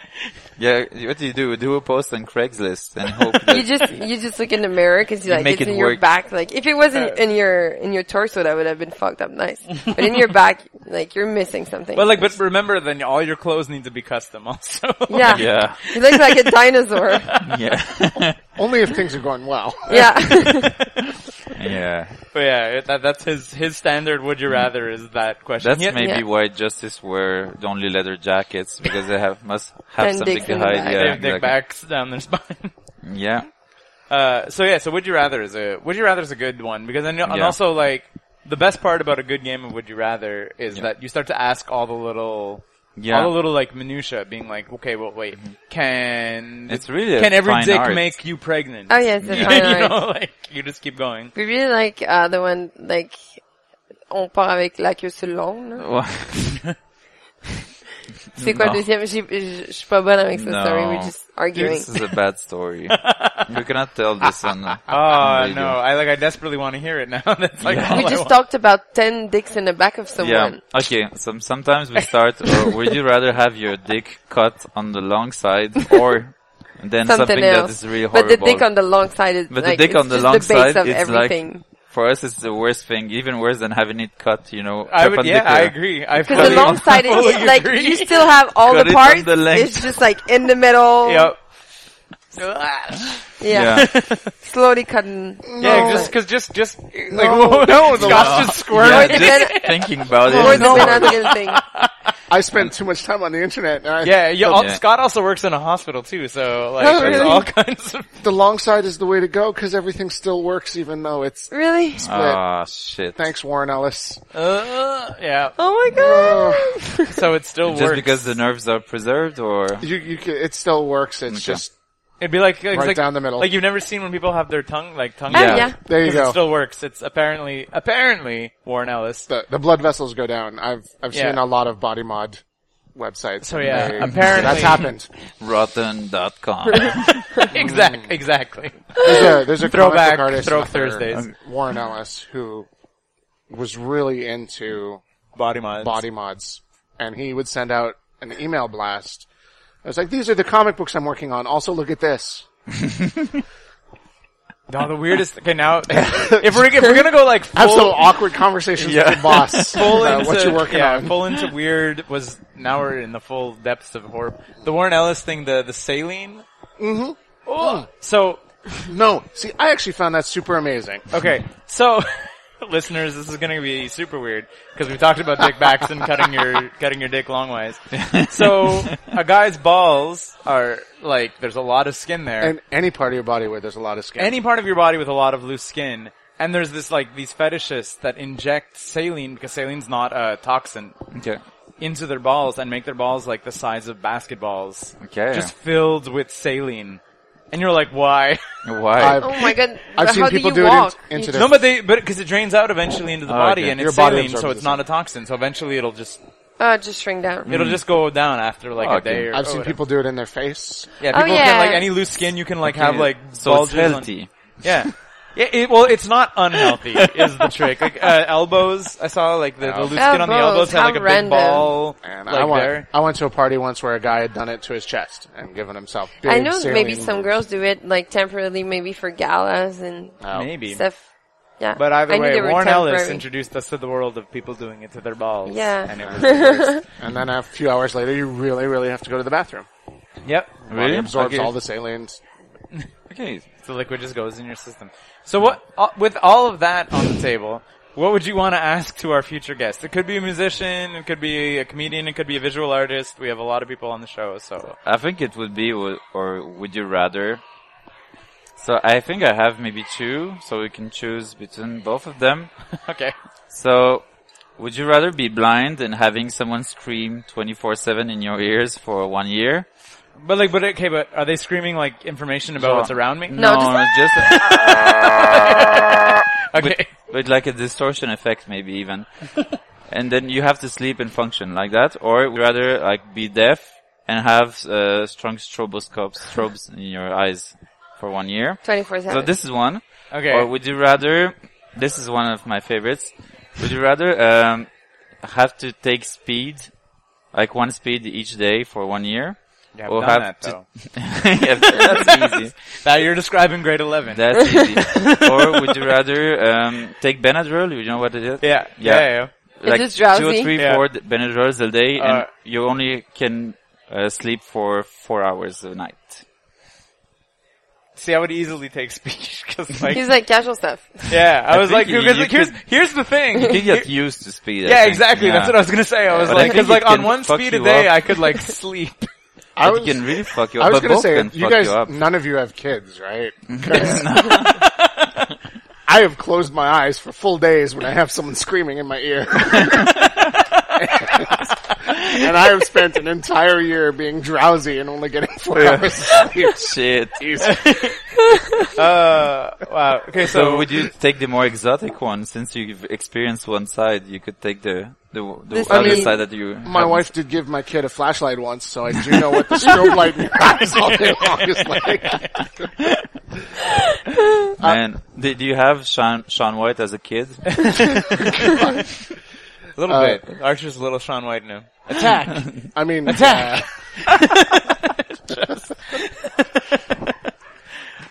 yeah, what do you do? Do a post on Craigslist and hope that you just you just look in the mirror because you like make it's it in your work. back. Like if it wasn't in your in your torso, that would have been fucked up nice. But in your back, like you're missing something. But like, but remember, then all your clothes need to be custom also. yeah, yeah, you look like a dinosaur. yeah, only if things are going well. yeah, yeah. but yeah, that, that's his his standard. Would you rather is that question? That's He- maybe Yeah. why Justice wear only leather jackets because they have must have And something dicks to in the hide. back. Yeah, They have exactly. dick backs down their spine. Yeah, Uh, so yeah, so Would You Rather is a Would You Rather is a good one because I know, and Yeah. also like the best part about a good game of Would You Rather is that you start to ask all the little Yeah. Mm-hmm. all the little like minutia being like, okay, well, wait, can It's really a can every fine dick art. make you pregnant? Oh, yes, it's a fine you art. know, like you just keep going. We really like uh, the one like on part avec la queue sur l'onde. C'est quoi Non. le deuxième? J'ai- Je je suis pas bonne avec ça. No. Sorry, we're just arguing. This is a bad story. you cannot tell this on. Oh no, I like I desperately want to hear it now. That's like Yeah. all We I just want. talked about ten dicks in the back of someone. Yeah. Okay. Some sometimes we start. Or would you rather have your dick cut on the long side or then something, Something, that else. is really horrible? but the dick on the long side is But the like, dick it's on the just long the base side, of it's like- everything. For us, it's the worst thing. Even worse than having it cut. You know. I perpendicular. would, yeah, I agree. I Because the fully- long side is fully like agree. you still have all Cut the it on parts. the length. it's just like in the middle. Yep. Yeah. Yeah. Slowly cutting. Yeah, No. just because just just like whoa, no, Scott's just Yeah, squirming. the just ben- thinking about Or it. the banana thing. I spend too much time on the internet. and I- Yeah, yeah, Yeah. Scott also works in a hospital too, so like Oh, there's really? all kinds of The long side is the way to go because everything still works even though it's Really? split. Ah shit! Thanks, Warren Ellis. uh, yeah. Oh my god. So it still Just works because the nerves are preserved, or You, you, ca- it still works. It's just it'd be like it's Right like, down the middle. Like you've never seen when people have their tongue like tongue. Yeah. Oh, yeah. there you 'Cause It go. still works. It's apparently apparently Warren Ellis. the, the blood vessels go down. I've I've Yeah. seen a lot of body mod websites. So yeah, They- apparently that's happened. rotten.com. Mm. exactly, exactly. There's a there's a comic book Throwback artist Throw out there, Thursdays. Warren Ellis who was really into Body mods. body mods, and he would send out an email blast. I was like, these are the comic books I'm working on. Also, look at this. No, the weirdest. Okay, now if we're if we're gonna go like full, Have some awkward conversations with your boss full about into, what you're working yeah, on. full into weird was now we're in the full depths of horror. The Warren Ellis thing, the the saline. Mm-hmm. Oh, so No, see, I actually found that super amazing. okay, so listeners, this is gonna be super weird because we talked about Dick Baxton cutting your cutting your dick longwise. So a guy's balls are like there's a lot of skin there. And any part of your body where there's a lot of skin. any part of your body with a lot of loose skin. And there's this like these fetishists that inject saline because saline's not a toxin okay. into their balls and make their balls like the size of basketballs, Okay. just filled with saline. And you're like, why? Why? I've- Oh my god. I've seen How people do do you it in- walk? into You the- no, but they but because it drains out eventually into the Oh, body okay. and Your it's body saline, absorbs so the it's not a toxin. So eventually it'll just ju- uh, just shrink down. it'll just go down after like Mm-hmm. Oh, a day. okay. Or, I've or seen whatever. people do it in their face. Yeah, Oh, people yeah. can like any loose skin you can like have like so it's bulges on- healthy. Yeah. Yeah, it, well, it's not unhealthy is the trick. Like uh, elbows, I saw like the, the loose skin on the elbows Elbows, had like a how big random. ball And like I went, there. I went to a party once where a guy had done it to his chest and given himself. Big I know that maybe saline some wounds. girls do it like temporarily, maybe for galas and Oh. Maybe, stuff. Yeah. but I either knew way, they were Warren Ellis temporary. introduced us to the world of people doing it to their balls. Yeah. and it was the worst. And then a few hours later, you really, really have to go to the bathroom. yep. Body Really? absorbs Okay. all the salines. Okay. The liquid just goes in your system. So what? Uh, with all of that on the table, what would you want to ask to our future guest? It could be a musician, it could be a comedian, it could be a visual artist. We have a lot of people on the show, so I think it would be, wo- or would you rather? So I think I have maybe two, so we can choose between both of them. okay. So, would you rather be blind and having someone scream 24-7 in your ears for one year? But like, but okay, but are they screaming like information about So- what's around me? No, just, Okay. with like a distortion effect maybe even. and then you have to sleep and function like that, or would you rather like be deaf and have uh, strong stroboscopes, strobes in your eyes for one year? Twenty-four So seven. this is one. Okay. Or would you rather? This is one of my favorites. Would you rather um, have to take speed, like one speed each day for one year? Yeah, I've or done have that, though. yeah, that's easy. Now you're describing grade 11. That's easy. or would you rather um, take Benadryl? You know what it is? yeah, yeah, Yeah. yeah, yeah. Like this two drowsy? or three, Yeah. four d- Benadryls a day, and Uh, you only can uh, sleep for four hours a night. See, I would easily take speech because, like, He's like casual stuff. yeah, I, I was think like, you- because you like, here's could- here's the thing. You Here- get used to speed. I yeah, think. exactly. That's Yeah. what I was gonna say. I was But like, I think because like it on can one fuck speed a you day, up. I could like sleep. I It was, can really fuck you I up. was but going to both say, can you fuck guys, you up. none of you have kids, right? 'Cause I have closed my eyes for full days when I have someone screaming in my ear. and I have spent an entire year being drowsy and only getting four hours sleep. Shit. Uh, wow. Okay, so, So would you take the more exotic one since you've experienced one side? You could take the the, the This other mean- side that you. My haven't- wife did give my kid a flashlight once, so I do know what the strobe light in your eyes all day long is like. Man, did you have Sean Sean White as a kid? a little uh, bit. Archer's a little Sean White now. I mean, uh,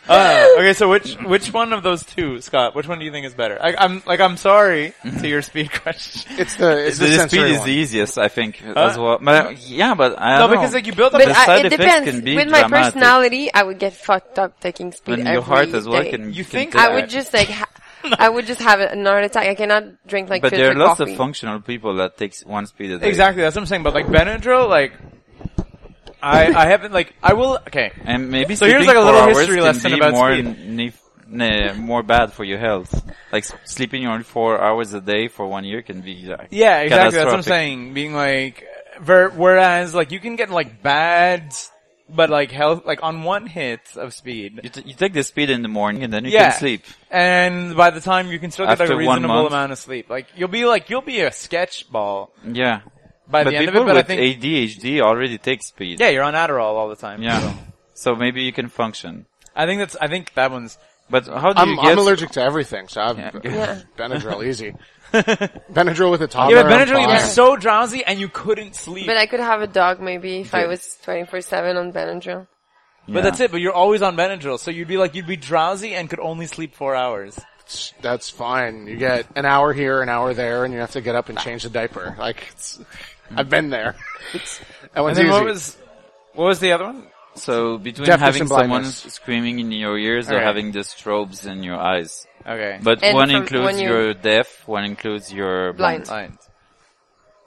Uh, okay, so which which one of those two, Scott? Which one do you think is better? I, I'm like I'm sorry Mm-hmm. to your speed question. it's the it's the the, speed sensory is the one. easiest, I think, as well. But, yeah, but No, I don't because know. like you build up. But The this- side I, it effects depends. can be With my dramatic. personality, I would get fucked up taking speed. and your heart every as well day. can. You can think do I that. would just like. Ha- I would just have an heart attack. I cannot drink like But there are filtered lots coffee. of functional people that takes one speed a day. exactly that's what I'm saying. But like Benadryl, like I I haven't like I will. Okay, And maybe So here's, sleeping like, a four little hours history can lesson be about more speed. nef- ne- more bad for your health. Like s- sleeping only four hours a day for one year can be like, Yeah, exactly. That's what I'm catastrophic. saying. Being like, ver- whereas like you can get like bad, but like health, like on one hit of You, speed. t- you take the speed in the morning and then you Yeah. can sleep. And by the time you can still get After a one reasonable month. amount of sleep. Like you'll be like, you'll be a sketch ball Yeah. by but the end of people it, but I with think, ADHD already take speed. yeah, you're on Adderall all the time. Yeah. so. So maybe you can function. I think that's, I think that one's, But how do you I'm, get? I'm allergic to everything, so I've, uh, Yeah. Benadryl easy. Benadryl with a toddler. yeah, but I'm Benadryl, you'd be fine. so drowsy and you couldn't sleep. But I could have a dog maybe if I Yeah. was 24-7 on Benadryl. But that's it, but you're always on Benadryl, so you'd be like, you'd be drowsy and could only sleep four hours. that's fine. You get an hour here, an hour there, and you have to get up and change the diaper. Like, it's, I've been there. It's, that And one's then easy. what was, what was the other one? So between Deafness having and someone blindness. screaming in your ears or Alright. having the strobes in your eyes. Okay. But And one from- includes when you- your deaf, one includes your Blind. Fine.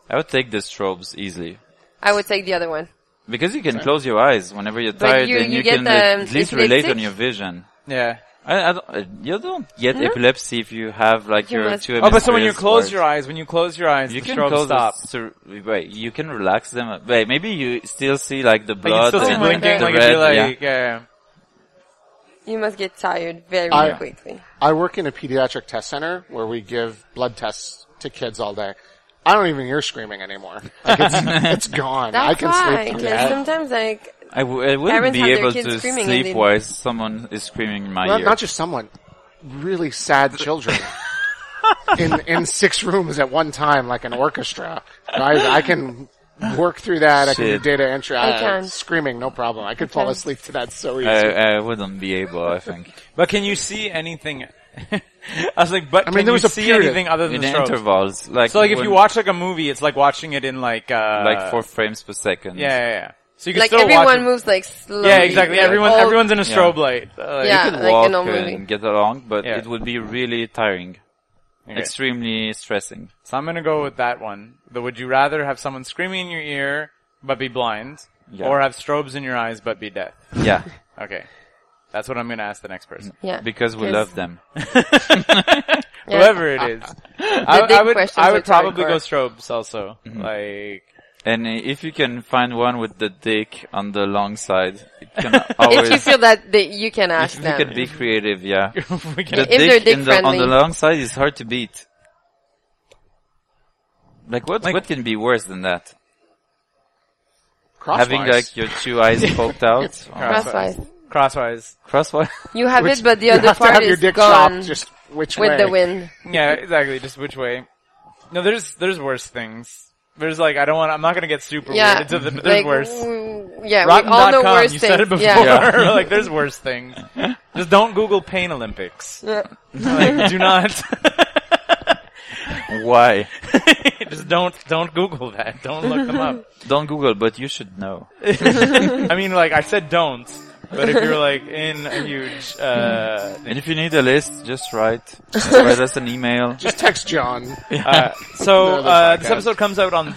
I would take the strobes easily. I would take the other one. Because you can close your eyes whenever you're But tired you- and you you, get can the um, at least relate epileptic? on your vision. Yeah. I, I don't, uh, you don't get epilepsy if you have like You your must- two Oh, but so when you close your eyes, when you close your eyes, you the can strobe close stop. the sur- wait, you can relax them. uh, Wait, maybe you still see like the Like you blood still see and my blinking, the like red. you're yeah. like, yeah. You must get tired very I- quickly. I work in a pediatric test center where we give blood tests to kids all day. I don't even hear screaming anymore. Like it's, it's gone. I That's can why. sleep through 'cause that. sometimes like, I, w- I wouldn't Parents be have their able kids to screaming sleep and they- while someone is screaming in my Not, ear. not just someone, really sad children. in in six rooms at one time, like an orchestra. I, I can work through that. I can do Shit. data entry. I, can. Screaming, no problem. I could fall can. asleep to that so easy. I, I wouldn't be able, I think. But can you see anything? I was like, but mean, can there you was a see period. anything other than In the strobes? intervals. Like So like, if when- you watch like a movie, it's like watching it in like, uh, like four frames per second. Yeah, yeah, yeah. So you can like still watch everyone it. moves like slowly. Yeah, exactly. like, Everyone, all- everyone's in a strobe Yeah. light. Uh, like- Yeah. you can like walk in a movie. and get along, but Yeah. it would be really tiring, Okay. extremely stressing. So I'm gonna go with that one. The would you rather have someone screaming in your ear but be blind, Yeah. or have strobes in your eyes but be deaf? Yeah, Okay, that's what I'm gonna ask the next person. Yeah. because we Yes. love them. Yeah. Whoever it is, I, big I would. questions I are would probably go hardcore. strobes also. Like And if you can find one with the dick on the long side, it can always. If you feel that they, you can if ask you them. can be creative, yeah. we can The If in they're the, on dick-friendly. the long side is hard to beat. Like what? what can be worse than that? Crosswise. Having like your two eyes poked out, or Crosswise. crosswise. crosswise. You have Which- it, but the you other have to part have is your dick gone chopped. Just which with way? the wind. Yeah, exactly. Just which way? No, there's there's worse things. There's like I don't want. I'm not gonna get super Yeah, weird. It's, there's like, worse. w- Yeah, we all know Rotten.com. worse You things. said it before. Yeah. like there's worse things. Just don't Google pain Olympics. Yeah. Like, do not. Why? just don't don't Google that. Don't look them up. Don't Google, but you should know. I mean, like I said, don't. But if you're like in a huge, uh, And if you need a list, just write. write us an email. Just text John. uh so Another uh, this podcast. episode comes out on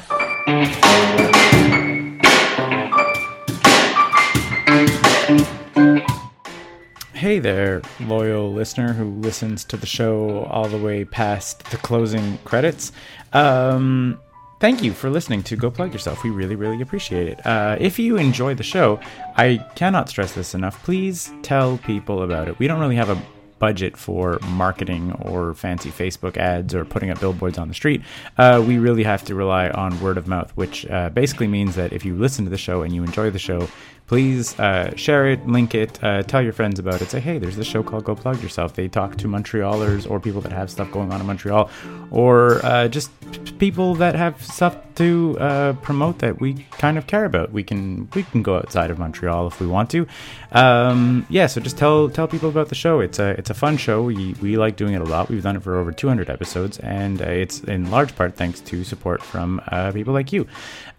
Hey there, loyal listener who listens to the show all the way past the closing credits. Um, Thank you for listening to Go Plug Yourself. We really, really appreciate it. Uh, if you enjoy the show, I cannot stress this enough. Please tell people about it. We don't really have a budget for marketing or fancy Facebook ads or putting up billboards on the street. Uh, we really have to rely on word of mouth, which uh, basically means that if you listen to the show and you enjoy the show, please uh, share it, link it, uh, tell your friends about it. Say, hey, there's this show called Go Plug Yourself. They talk to Montrealers or people that have stuff going on in Montreal or uh, just p- people that have stuff to uh, promote that we kind of care about. We can we can go outside of Montreal if we want to. Um, yeah, so just tell tell people about the show. It's a it's a fun show. We, we like doing it a lot. We've done it for over 200 episodes, and uh, it's in large part thanks to support from uh, people like you.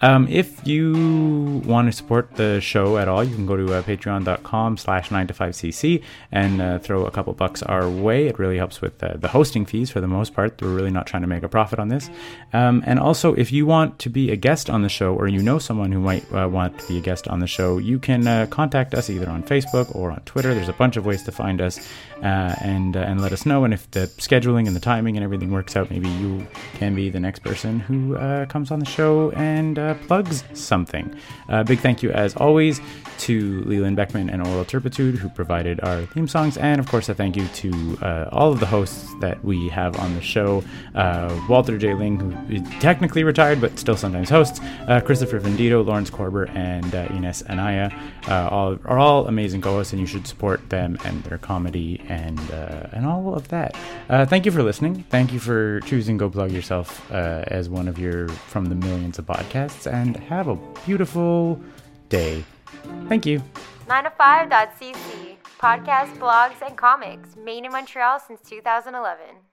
Um, if you want to support the show at all, you can go to uh, patreon.com slash 9to5cc and uh, throw a couple bucks our way. It really helps with uh, the hosting fees for the most part. We're really not trying to make a profit on this. Um, and also, if you want to be a guest on the show or you know someone who might uh, want to be a guest on the show, you can uh, contact us either on Facebook or on Twitter. There's a bunch of ways to find us uh, and, uh, and let us know. And if the scheduling and the timing and everything works out, maybe you can be the next person who uh, comes on the show and uh, plugs something. Uh, big thank you, as always, to Leland Beckman and Oral Turpitude, who provided our theme songs. And of course, a thank you to uh, all of the hosts that we have on the show uh, Walter J. Ling, who is technically retired but still sometimes hosts, uh, Christopher Vendito, Lawrence Corber, and uh, Ines Anaya. Uh, all, are all amazing co hosts, and you should support them and their comedy and, uh, and all of that. Uh, thank you for listening. Thank you for choosing Go Plug Yourself uh, as one of your from the millions of podcasts, and have a beautiful day. Thank you. 905.cc, podcasts, blogs, and comics, made in Montreal since 2011.